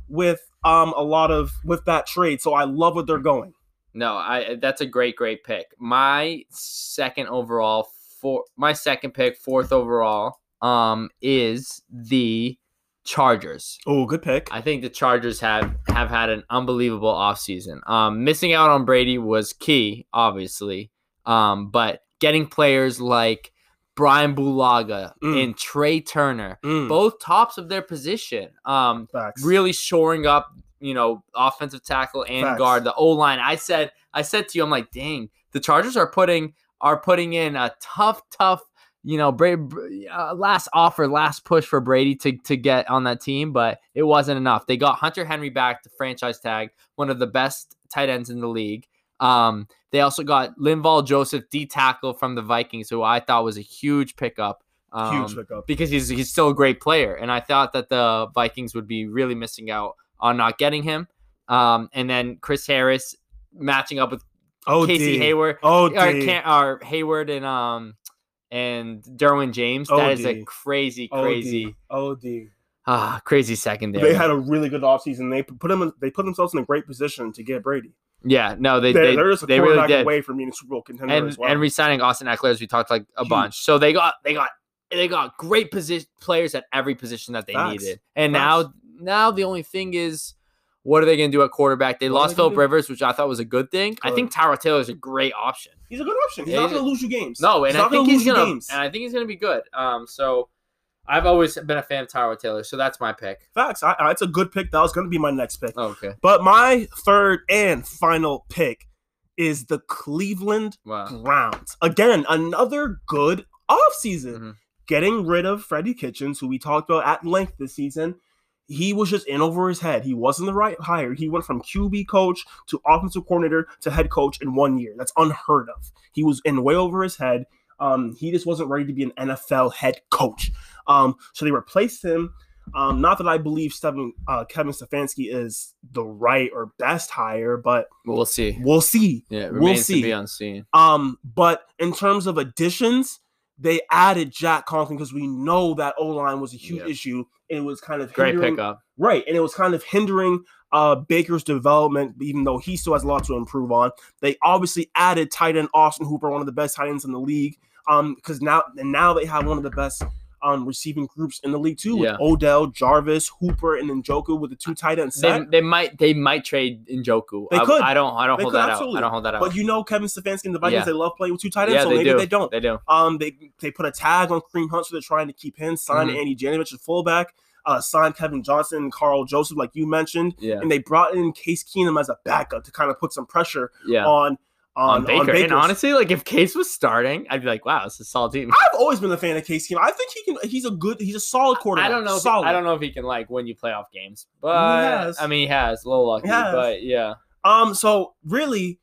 Speaker 2: with um a lot of with that trade. So I love what they're going.
Speaker 3: No, I that's a great, great pick. My second overall for my second pick, fourth overall, um, is the Chargers.
Speaker 2: Oh, good pick.
Speaker 3: I think the Chargers have have had an unbelievable offseason. Um, missing out on Brady was key, obviously. Um, but getting players like Brian Bulaga
Speaker 2: Mm.
Speaker 3: and Trey Turner,
Speaker 2: Mm,
Speaker 3: both tops of their position. Um,
Speaker 2: facts.
Speaker 3: really shoring up, you know, offensive tackle and
Speaker 2: Facts.
Speaker 3: guard, the O line. I said, I said to you, I'm like, dang, the Chargers are putting are putting in a tough, tough, you know, Brady, uh, last offer, last push for Brady to to get on that team, but it wasn't enough. They got Hunter Henry back to franchise tag, one of the best tight ends in the league. Um, they also got Linval Joseph, D tackle from the Vikings, who I thought was a huge pickup. Um,
Speaker 2: Huge pickup.
Speaker 3: because he's he's still a great player, and I thought that the Vikings would be really missing out on not getting him. Um, and then Chris Harris matching up with
Speaker 2: Oh,
Speaker 3: Casey Hayward
Speaker 2: Oh,
Speaker 3: or, can, or Hayward and um and Derwin James. That is a
Speaker 2: OD.
Speaker 3: crazy, crazy,
Speaker 2: Oh, D.
Speaker 3: ah, crazy secondary.
Speaker 2: They had a really good offseason. They put them. In, they put themselves in a great position to get Brady.
Speaker 3: yeah, no, they
Speaker 2: They, are
Speaker 3: they,
Speaker 2: just a
Speaker 3: they really
Speaker 2: quarterback
Speaker 3: did.
Speaker 2: away from being a Super Bowl contender
Speaker 3: and
Speaker 2: as well.
Speaker 3: and re-signing Austin Eckler as we talked like a
Speaker 2: Huge.
Speaker 3: bunch. So they got they got they got great position players at every position that they
Speaker 2: Facts.
Speaker 3: needed. And
Speaker 2: Facts.
Speaker 3: now now the only thing is what are they going to do at quarterback? They
Speaker 2: What are
Speaker 3: lost
Speaker 2: they gonna
Speaker 3: Philip
Speaker 2: do?
Speaker 3: Rivers, which I thought was a good thing. I think Tyra Taylor is a great option.
Speaker 2: he's a good option. He's
Speaker 3: Yeah,
Speaker 2: not
Speaker 3: he's
Speaker 2: going to lose you games.
Speaker 3: No, and I
Speaker 2: not
Speaker 3: think
Speaker 2: gonna
Speaker 3: he's
Speaker 2: lose you
Speaker 3: gonna
Speaker 2: games.
Speaker 3: and I think he's gonna be good. Um, so I've always been a fan of Tyra Taylor, so that's my pick.
Speaker 2: Facts. I, I, it's a good pick. That was going to be my next pick.
Speaker 3: okay,
Speaker 2: But my third and final pick is the Cleveland
Speaker 3: wow.
Speaker 2: Browns. Again, another good offseason.
Speaker 3: Mhm.
Speaker 2: Getting rid of Freddie Kitchens, who we talked about at length this season. He was just in over his head. He wasn't the right hire. He went from QB coach to offensive coordinator to head coach in one year. That's unheard of. He was in way over his head. Um, he just wasn't ready to be an NFL head coach. Um, so they replaced him. Um, not that I believe Steven, uh, Kevin Stefanski is the right or best hire, but
Speaker 3: We'll see.
Speaker 2: we'll see.
Speaker 3: Yeah, it
Speaker 2: We'll
Speaker 3: remains
Speaker 2: see.
Speaker 3: to be unseen.
Speaker 2: Um, but in terms of additions, they added Jack Conklin because we know that O line was a huge
Speaker 3: Yeah.
Speaker 2: issue. It was kind of
Speaker 3: Great
Speaker 2: hindering,
Speaker 3: pickup.
Speaker 2: right? And it was kind of hindering uh Baker's development, even though he still has a lot to improve on. They obviously added tight end Austin Hooper, one of the best tight ends in the league. Um, because now and now they have one of the best um receiving groups in the league too,
Speaker 3: Yeah.
Speaker 2: with Odell, Jarvis, Hooper, and Njoku with the two tight ends.
Speaker 3: They, they might they might trade Njoku.
Speaker 2: They
Speaker 3: I,
Speaker 2: could.
Speaker 3: I don't I don't
Speaker 2: They
Speaker 3: hold
Speaker 2: could,
Speaker 3: that out. I
Speaker 2: absolutely.
Speaker 3: don't hold that out.
Speaker 2: But you know Kevin Stefanski and the Vikings,
Speaker 3: Yeah.
Speaker 2: they love playing with two tight ends, so maybe they don't.
Speaker 3: They do.
Speaker 2: Um, they they put a tag on Kareem Hunt, so they're trying to keep him. Sign
Speaker 3: Mhm.
Speaker 2: Andy Janovich at fullback. uh, signed Kevin Johnson and Carl Joseph, like you mentioned, *laughs*
Speaker 5: Yeah.
Speaker 2: and they brought in Case Keenum as a backup to kind of put some pressure
Speaker 5: Yeah.
Speaker 2: on
Speaker 3: on,
Speaker 2: on,
Speaker 3: Baker.
Speaker 2: on Baker.
Speaker 3: And honestly, like if Case was starting, I'd be like, wow, this is a solid team.
Speaker 2: I've always been a fan of Case Keenum. I think he can. He's a good. He's a solid quarterback.
Speaker 3: I don't know. If,
Speaker 2: Solid.
Speaker 3: I don't know if he can like win you playoff games, but
Speaker 2: has.
Speaker 3: I mean, he has a little lucky,
Speaker 2: He has.
Speaker 3: but yeah,
Speaker 2: Um, so really,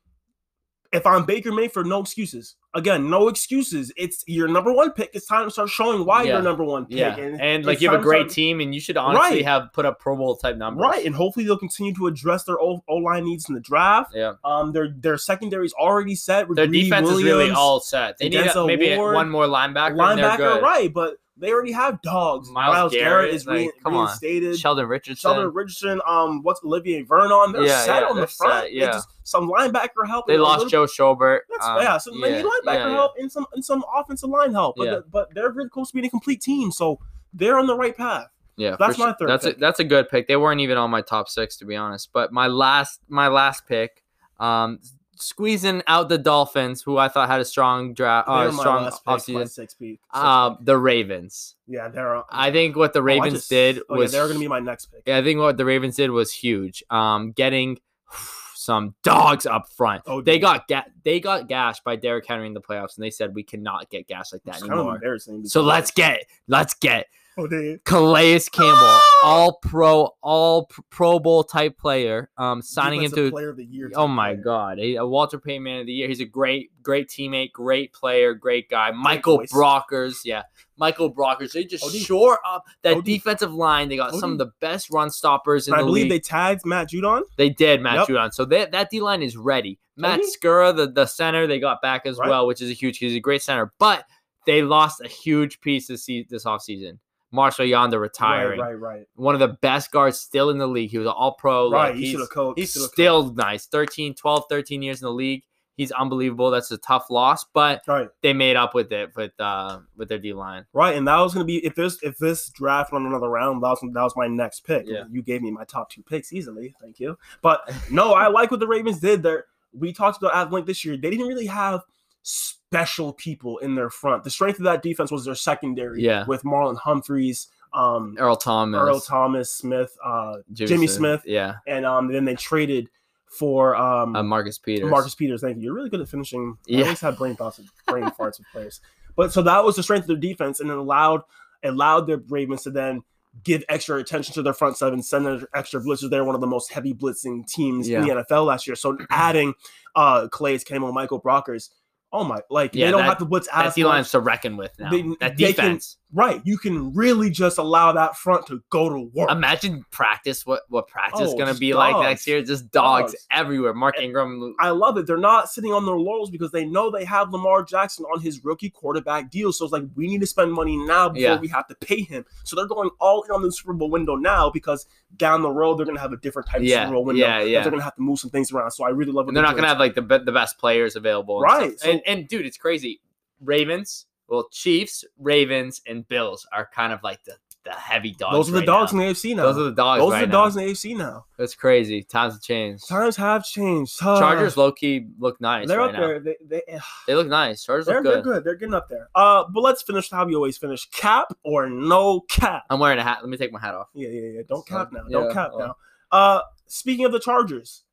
Speaker 2: if I'm Baker Mayfield, no excuses. Again, no excuses. It's your number one pick. It's time to start showing why
Speaker 3: Yeah.
Speaker 2: you're number one pick.
Speaker 3: yeah, and, like
Speaker 2: it's
Speaker 3: you have
Speaker 2: time
Speaker 3: a
Speaker 2: to
Speaker 3: great
Speaker 2: start-
Speaker 3: team, and you should honestly
Speaker 2: Right.
Speaker 3: have put up Pro Bowl type numbers,
Speaker 2: Right, and hopefully they'll continue to address their O line needs in the draft.
Speaker 3: Yeah,
Speaker 2: Um, their their secondary's already set. with
Speaker 3: their
Speaker 2: Greedy
Speaker 3: defense is really
Speaker 2: Williams,
Speaker 3: all set. They
Speaker 2: and
Speaker 3: need a,
Speaker 2: Denzel
Speaker 3: maybe a-
Speaker 2: Ward,
Speaker 3: one more linebacker, and they're
Speaker 2: linebacker.
Speaker 3: good.
Speaker 2: Right, but they already have dogs.
Speaker 3: Myles Garrett,
Speaker 2: is
Speaker 3: like,
Speaker 2: re-
Speaker 3: come on.
Speaker 2: reinstated.
Speaker 3: Sheldon Richardson.
Speaker 2: Sheldon Richardson, um, what's Olivier Vernon? They're
Speaker 3: Yeah,
Speaker 2: set
Speaker 3: yeah,
Speaker 2: on
Speaker 3: they're
Speaker 2: the
Speaker 3: set,
Speaker 2: front. They
Speaker 3: yeah.
Speaker 2: just- some linebacker help.
Speaker 3: they
Speaker 2: and a
Speaker 3: lost
Speaker 2: little-
Speaker 3: Joe Schobert.
Speaker 2: That's
Speaker 3: um,
Speaker 2: yeah. So they need linebacker
Speaker 3: yeah, yeah.
Speaker 2: help and some and some offensive line help. But
Speaker 3: Yeah.
Speaker 2: the- but they're really close to being a complete team, so they're on the right path.
Speaker 3: Yeah,
Speaker 2: That's
Speaker 3: for
Speaker 2: my
Speaker 3: sure.
Speaker 2: third
Speaker 3: That's a,
Speaker 2: pick.
Speaker 3: that's a good pick. They weren't even on my top six to be honest. But my last my last pick, um, squeezing out the Dolphins, who I thought had a strong draft,
Speaker 2: they're
Speaker 3: uh,
Speaker 2: my
Speaker 3: strong
Speaker 2: last pick, my
Speaker 3: offseason.
Speaker 2: sixth pick. sixth
Speaker 3: Uh,
Speaker 2: pick.
Speaker 3: the Ravens.
Speaker 2: yeah, they're. oh,
Speaker 3: I think what the
Speaker 2: I
Speaker 3: Ravens
Speaker 2: just-
Speaker 3: did
Speaker 2: oh,
Speaker 3: was
Speaker 2: yeah, they're going to be my next pick.
Speaker 3: yeah, I think what the Ravens did was huge. Um, getting *sighs* some dogs up front.
Speaker 2: Oh,
Speaker 3: they
Speaker 2: dude.
Speaker 3: got ga- they got gashed by Derrick Henry in the playoffs, and they said we cannot get gashed like that
Speaker 2: It's kind of
Speaker 3: anymore.
Speaker 2: embarrassing.
Speaker 3: So let's get let's get
Speaker 2: Oh, they,
Speaker 3: Calais Campbell,
Speaker 2: Oh!
Speaker 3: all pro, all pr- Pro Bowl type player, um, signing
Speaker 2: Defensive
Speaker 3: into.
Speaker 2: player of the year.
Speaker 3: Oh
Speaker 2: type
Speaker 3: my
Speaker 2: player.
Speaker 3: God, he- a Walter Payton Man of the Year. He's a great, great teammate, great player, great guy. Michael
Speaker 2: voice.
Speaker 3: Brockers, yeah, Michael Brockers. They just
Speaker 2: OD.
Speaker 3: shore up that
Speaker 2: OD.
Speaker 3: defensive line. They got some of
Speaker 2: OD.
Speaker 3: the best run stoppers in
Speaker 2: And I
Speaker 3: the
Speaker 2: believe
Speaker 3: league.
Speaker 2: they tagged Matt Judon.
Speaker 3: They, did, Matt
Speaker 2: Yep.
Speaker 3: Judon. So that that D line is ready. Matt
Speaker 2: OD.
Speaker 3: Skura, the the center, they got back as
Speaker 2: Right.
Speaker 3: well, which is a huge. He's a great center, but they lost a huge piece this se- this offseason. Marshall Yonder retiring
Speaker 2: Right, right, right.
Speaker 3: one of the best guards still in the league. He was an all pro.
Speaker 2: right, he
Speaker 3: he's
Speaker 2: should have coached.
Speaker 3: he's
Speaker 2: shoulda
Speaker 3: still nice. 13, 12, 13 years in the league. He's unbelievable. That's a tough loss, but
Speaker 2: coached. Right,
Speaker 3: they made up with it with uh with their D line.
Speaker 2: right, and that was going to be if this if this draft went another round, that was that was my next pick.
Speaker 3: Yeah.
Speaker 2: You gave me my top two picks easily, thank you. But no,
Speaker 3: *laughs*
Speaker 2: I like what the Ravens did. There, we talked about at length this year. They didn't really have special people in their front. The strength of that defense was their secondary.
Speaker 3: Yeah.
Speaker 2: with Marlon Humphreys, um,
Speaker 3: Earl Thomas,
Speaker 2: Earl Thomas Smith, uh, Jimmy Smith.
Speaker 3: yeah,
Speaker 2: and um, then they traded for um,
Speaker 3: uh, Marcus Peters,
Speaker 2: Marcus Peters, thank you. You're really good at finishing.
Speaker 3: Yeah.
Speaker 2: I always have brain thoughts, and brain *laughs* farts with players. But so that was the strength of their defense, and it allowed allowed their Ravens to then give extra attention to their front seven, send their extra blitzers. They're one of the most heavy blitzing teams in the NFL last year.
Speaker 3: *clears throat*
Speaker 2: So adding uh Calais Campbell, Michael Brockers, oh my, like
Speaker 3: Yeah,
Speaker 2: they don't
Speaker 3: that-
Speaker 2: have to blitz
Speaker 3: That
Speaker 2: as
Speaker 3: D
Speaker 2: much.
Speaker 3: line's to reckon with now.
Speaker 2: They-
Speaker 3: that
Speaker 2: they can-
Speaker 3: defense.
Speaker 2: Right, you can really just allow that front to go to work.
Speaker 3: Imagine practice. What what practice
Speaker 2: Oh,
Speaker 3: gonna
Speaker 2: just
Speaker 3: be like next
Speaker 2: dogs.
Speaker 3: year? Just dogs,
Speaker 2: Dogs.
Speaker 3: everywhere. Mark Ingram.
Speaker 2: I love it. They're not sitting on their laurels because they know they have Lamar Jackson on his rookie quarterback deal. So it's like we need to spend money now before
Speaker 3: Yeah.
Speaker 2: we have to pay him. So they're going all in on the Super Bowl window now because down the road they're going to have a different type of
Speaker 3: Yeah,
Speaker 2: Super Bowl window.
Speaker 3: yeah,
Speaker 2: that
Speaker 3: yeah.
Speaker 2: They're going to have to move some things around. So I really love. What
Speaker 3: And they're not
Speaker 2: doing.
Speaker 3: gonna have like the be- the best players available, and
Speaker 2: Right,
Speaker 3: stuff. and,
Speaker 2: so-
Speaker 3: and dude, it's crazy. Ravens, well, Chiefs, Ravens, and Bills are kind of like the, the heavy dogs.
Speaker 2: Those are the
Speaker 3: right
Speaker 2: dogs
Speaker 3: now.
Speaker 2: in the AFC now.
Speaker 3: Those are the dogs.
Speaker 2: Those are
Speaker 3: right
Speaker 2: the
Speaker 3: now.
Speaker 2: dogs in the AFC now.
Speaker 3: That's crazy. Times have changed.
Speaker 2: Times have changed. Huh.
Speaker 3: Chargers low key look nice.
Speaker 2: they're
Speaker 3: right
Speaker 2: up
Speaker 3: now.
Speaker 2: there. They, they,
Speaker 3: They look nice. Chargers
Speaker 2: they're,
Speaker 3: look
Speaker 2: they're
Speaker 3: good.
Speaker 2: good. They're getting up there. Uh, but let's finish how we always finish: cap or no cap.
Speaker 3: I'm wearing a hat. Let me take my hat off.
Speaker 2: Yeah, yeah, yeah. Don't
Speaker 3: So,
Speaker 2: cap now. Don't
Speaker 3: yeah,
Speaker 2: cap
Speaker 3: well.
Speaker 2: now. Uh, speaking of the Chargers,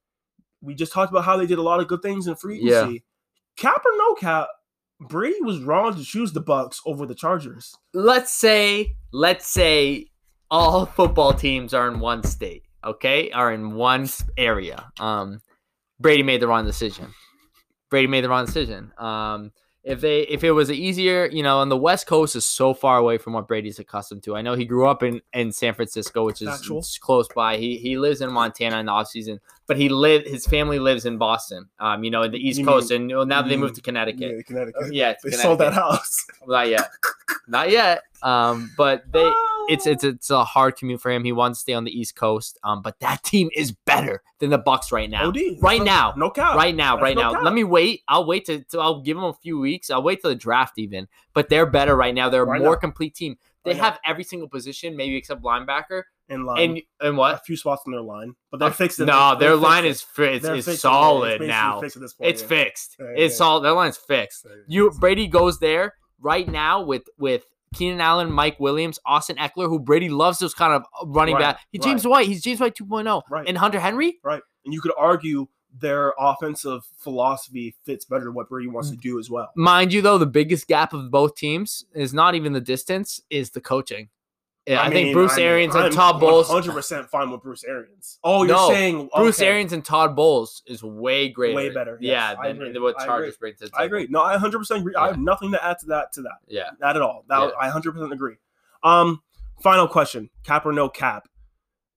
Speaker 2: we just talked about how they did a lot of good things in free
Speaker 3: Yeah.
Speaker 2: agency. Cap or no cap, Brady was wrong to choose the Bucks over the Chargers.
Speaker 3: Let's say, let's say, all *laughs* football teams are in one state. Okay, are in one s- area. Um, Brady made the wrong decision. Brady made the wrong decision. Um, if they if it was easier, you know, and the West Coast is so far away from what Brady's accustomed to. I know he grew up in, in San Francisco, which is
Speaker 2: Factual.
Speaker 3: s- close by. He he lives in Montana in the offseason, but he live his family lives in Boston. Um, you know, in the East
Speaker 2: You
Speaker 3: Coast, and well, now
Speaker 2: you
Speaker 3: they moved
Speaker 2: mean-
Speaker 3: to Connecticut.
Speaker 2: Yeah, Connecticut.
Speaker 3: Yeah,
Speaker 2: *laughs*
Speaker 3: it's
Speaker 2: They sold that
Speaker 3: Connecticut.
Speaker 2: house.
Speaker 3: Not yet, not yet. Um, but they it's it's
Speaker 2: Oh.
Speaker 3: it's a hard commute for him. He wants to stay on the East Coast. Um, but that team is better than the Bucks right
Speaker 2: *laughs*
Speaker 3: now.
Speaker 2: OD. That's
Speaker 3: Right
Speaker 2: no-
Speaker 3: now.
Speaker 2: Oh, No cap.
Speaker 3: Right now,
Speaker 2: That's
Speaker 3: right
Speaker 2: no
Speaker 3: now.
Speaker 2: cap.
Speaker 3: Let me wait. I'll wait to, to- I'll give them a few weeks. I'll wait till the draft even. But they're better right now. They're a
Speaker 2: Right
Speaker 3: more
Speaker 2: now.
Speaker 3: complete team. They
Speaker 2: Right now.
Speaker 3: have every single position, maybe except linebacker.
Speaker 2: And line.
Speaker 3: And and
Speaker 2: a
Speaker 3: what? Uh,
Speaker 2: few spots in their line, but they're fixing.
Speaker 3: No,
Speaker 2: it.
Speaker 3: their
Speaker 2: They're
Speaker 3: line
Speaker 2: fixing
Speaker 3: is fi-
Speaker 2: it. They're fixing
Speaker 3: it's,
Speaker 2: it.
Speaker 3: it's
Speaker 2: It's
Speaker 3: solid
Speaker 2: basically
Speaker 3: now.
Speaker 2: fixed at this point,
Speaker 3: It's
Speaker 2: yeah.
Speaker 3: fixed.
Speaker 2: Yeah,
Speaker 3: It's
Speaker 2: yeah.
Speaker 3: solid. Their line's fixed.
Speaker 2: So, yeah.
Speaker 3: You Brady goes there right now with with Keenan Allen, Mike Williams, Austin Eckler, who Brady loves those kind of uh, running
Speaker 2: Right,
Speaker 3: back. He's James White. He's James White 2.0.
Speaker 2: Right.
Speaker 3: And Hunter Henry?
Speaker 2: right? And you could argue their offensive philosophy fits better what Brady wants to
Speaker 3: Mm.
Speaker 2: do as well.
Speaker 3: Mind you, though, the biggest gap of both teams is not even the distance, is the coaching. Yeah, I, think
Speaker 2: mean,
Speaker 3: Bruce
Speaker 2: I'm-
Speaker 3: Arians
Speaker 2: I'm
Speaker 3: and Todd Bowles.
Speaker 2: 100% fine with Bruce Arians. Oh, you're
Speaker 3: No,
Speaker 2: saying
Speaker 3: Bruce
Speaker 2: okay.
Speaker 3: Arians and Todd Bowles is way greater.
Speaker 2: better,
Speaker 3: Yeah,
Speaker 2: yes, I
Speaker 3: than,
Speaker 2: agree,
Speaker 3: than what
Speaker 2: I
Speaker 3: Chargers bring to the table.
Speaker 2: I agree. No, I 100% agree. I have nothing to add to that to that.
Speaker 3: Yeah.
Speaker 2: Not at all. That
Speaker 3: Yeah.
Speaker 2: I 100% agree. Um, final question: Cap or no cap?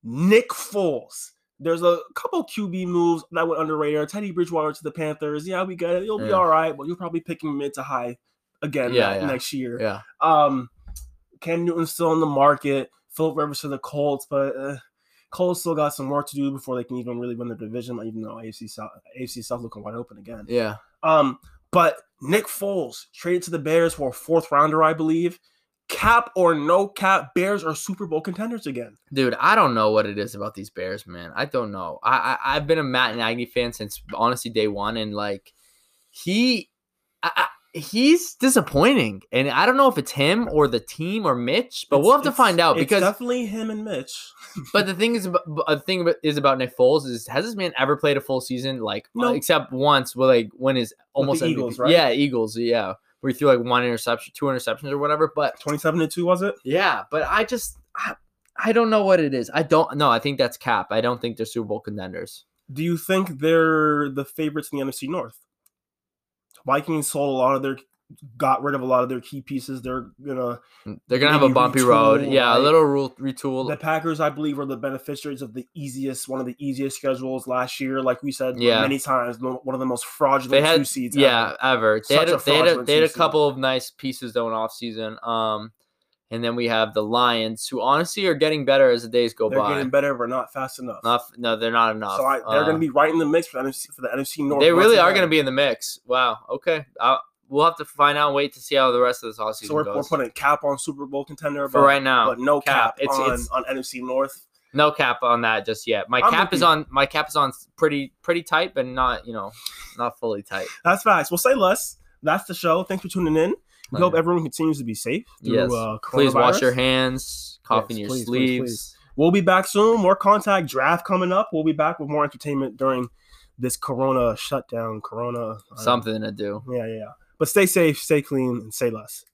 Speaker 2: Nick Foles. There's a couple QB moves that went under radar. Teddy Bridgewater to the Panthers. Yeah, we got it. You'll be
Speaker 3: Yeah.
Speaker 2: all right. Well, you'll probably pick him mid to high again
Speaker 3: Yeah,
Speaker 2: ne-
Speaker 3: yeah.
Speaker 2: next year.
Speaker 3: Yeah.
Speaker 2: Um, Cam Newton's still on the market. Philip Rivers to the Colts, but uh, Colts still got some work to do before they can even really win the division. Even though AFC South, AFC South looking wide open again.
Speaker 3: Yeah.
Speaker 2: Um, but Nick Foles traded to the Bears for a fourth rounder, I believe. Cap or no cap, Bears are Super Bowl contenders again.
Speaker 3: Dude, I don't know what it is about these Bears, man. I don't know. I, I I've been a Matt Nagy fan since honestly day one, and like he, I, I, he's disappointing, and I don't know if it's him or the team or Mitch, but
Speaker 2: It's-
Speaker 3: we'll have to
Speaker 2: it's-
Speaker 3: find out
Speaker 2: it's
Speaker 3: because.
Speaker 2: definitely him and Mitch.
Speaker 3: but the thing is, about- the thing about- is about Nick Foles is has this man ever played a full season? Like
Speaker 2: No.
Speaker 3: except once, well, like when is almost MVP.
Speaker 2: Eagles, right?
Speaker 3: Yeah, Eagles. Yeah, where he threw like one interception, two interceptions, or whatever. But
Speaker 2: Twenty-seven to two, was it?
Speaker 3: yeah, but I just I, I don't know what it is. I don't know. I think that's cap. I don't think they're Super Bowl contenders.
Speaker 2: Do you think they're the favorites in the NFC North? Vikings sold a lot of their, got rid of a lot of their key pieces. They're gonna.
Speaker 3: Mm, They're gonna have a
Speaker 2: Maybe
Speaker 3: bumpy road.
Speaker 2: retool,
Speaker 3: Yeah, a
Speaker 2: right?
Speaker 3: little rule retool.
Speaker 2: The Packers, I believe, are the beneficiaries of the easiest, one of the easiest schedules last year. Like we said
Speaker 3: Yeah.
Speaker 2: many times, mo- one of the most fraudulent
Speaker 3: they had
Speaker 2: two seeds. ever.
Speaker 3: yeah ever. They had,
Speaker 2: Such
Speaker 3: a,
Speaker 2: a
Speaker 3: they had a
Speaker 2: fraudulent
Speaker 3: they had a
Speaker 2: two-seed.
Speaker 3: couple of nice pieces though in off season. Um, and then we have the Lions, who honestly are getting better as the days go
Speaker 2: they're
Speaker 3: by.
Speaker 2: getting better, but not fast enough.
Speaker 3: Not f- no, they're not enough.
Speaker 2: So I, they're
Speaker 3: Uh,
Speaker 2: going to be right in the mix for the NFC, for the NFC North.
Speaker 3: They
Speaker 2: once
Speaker 3: really are going to
Speaker 2: again.
Speaker 3: be in the mix. Wow. Okay. i we'll have to find out. and Wait to see how the rest of this offseason
Speaker 2: So we're,
Speaker 3: goes.
Speaker 2: we're putting a cap on Super Bowl contender,
Speaker 3: for
Speaker 2: but,
Speaker 3: right now,
Speaker 2: but no
Speaker 3: cap.
Speaker 2: cap,
Speaker 3: It's-
Speaker 2: on,
Speaker 3: it's-
Speaker 2: on NFC North.
Speaker 3: No cap on that just yet. My
Speaker 2: I'm
Speaker 3: cap
Speaker 2: with
Speaker 3: is
Speaker 2: you.
Speaker 3: on my cap is on pretty pretty tight, but not you know not fully tight.
Speaker 2: That's facts. We'll say less. That's the show. Thanks for tuning in. We hope everyone continues to be safe. Through,
Speaker 3: yes,
Speaker 2: uh,
Speaker 3: please wash your
Speaker 2: coronavirus.
Speaker 3: hands, cough in
Speaker 2: Yes,
Speaker 3: your
Speaker 2: please, please,
Speaker 3: sleeves.
Speaker 2: please. We'll be back soon. More contact draft coming up. We'll be back with more entertainment during this Corona shutdown. Corona I don't know.
Speaker 3: Something to do.
Speaker 2: Yeah, yeah, yeah. But stay safe, stay clean, and say less.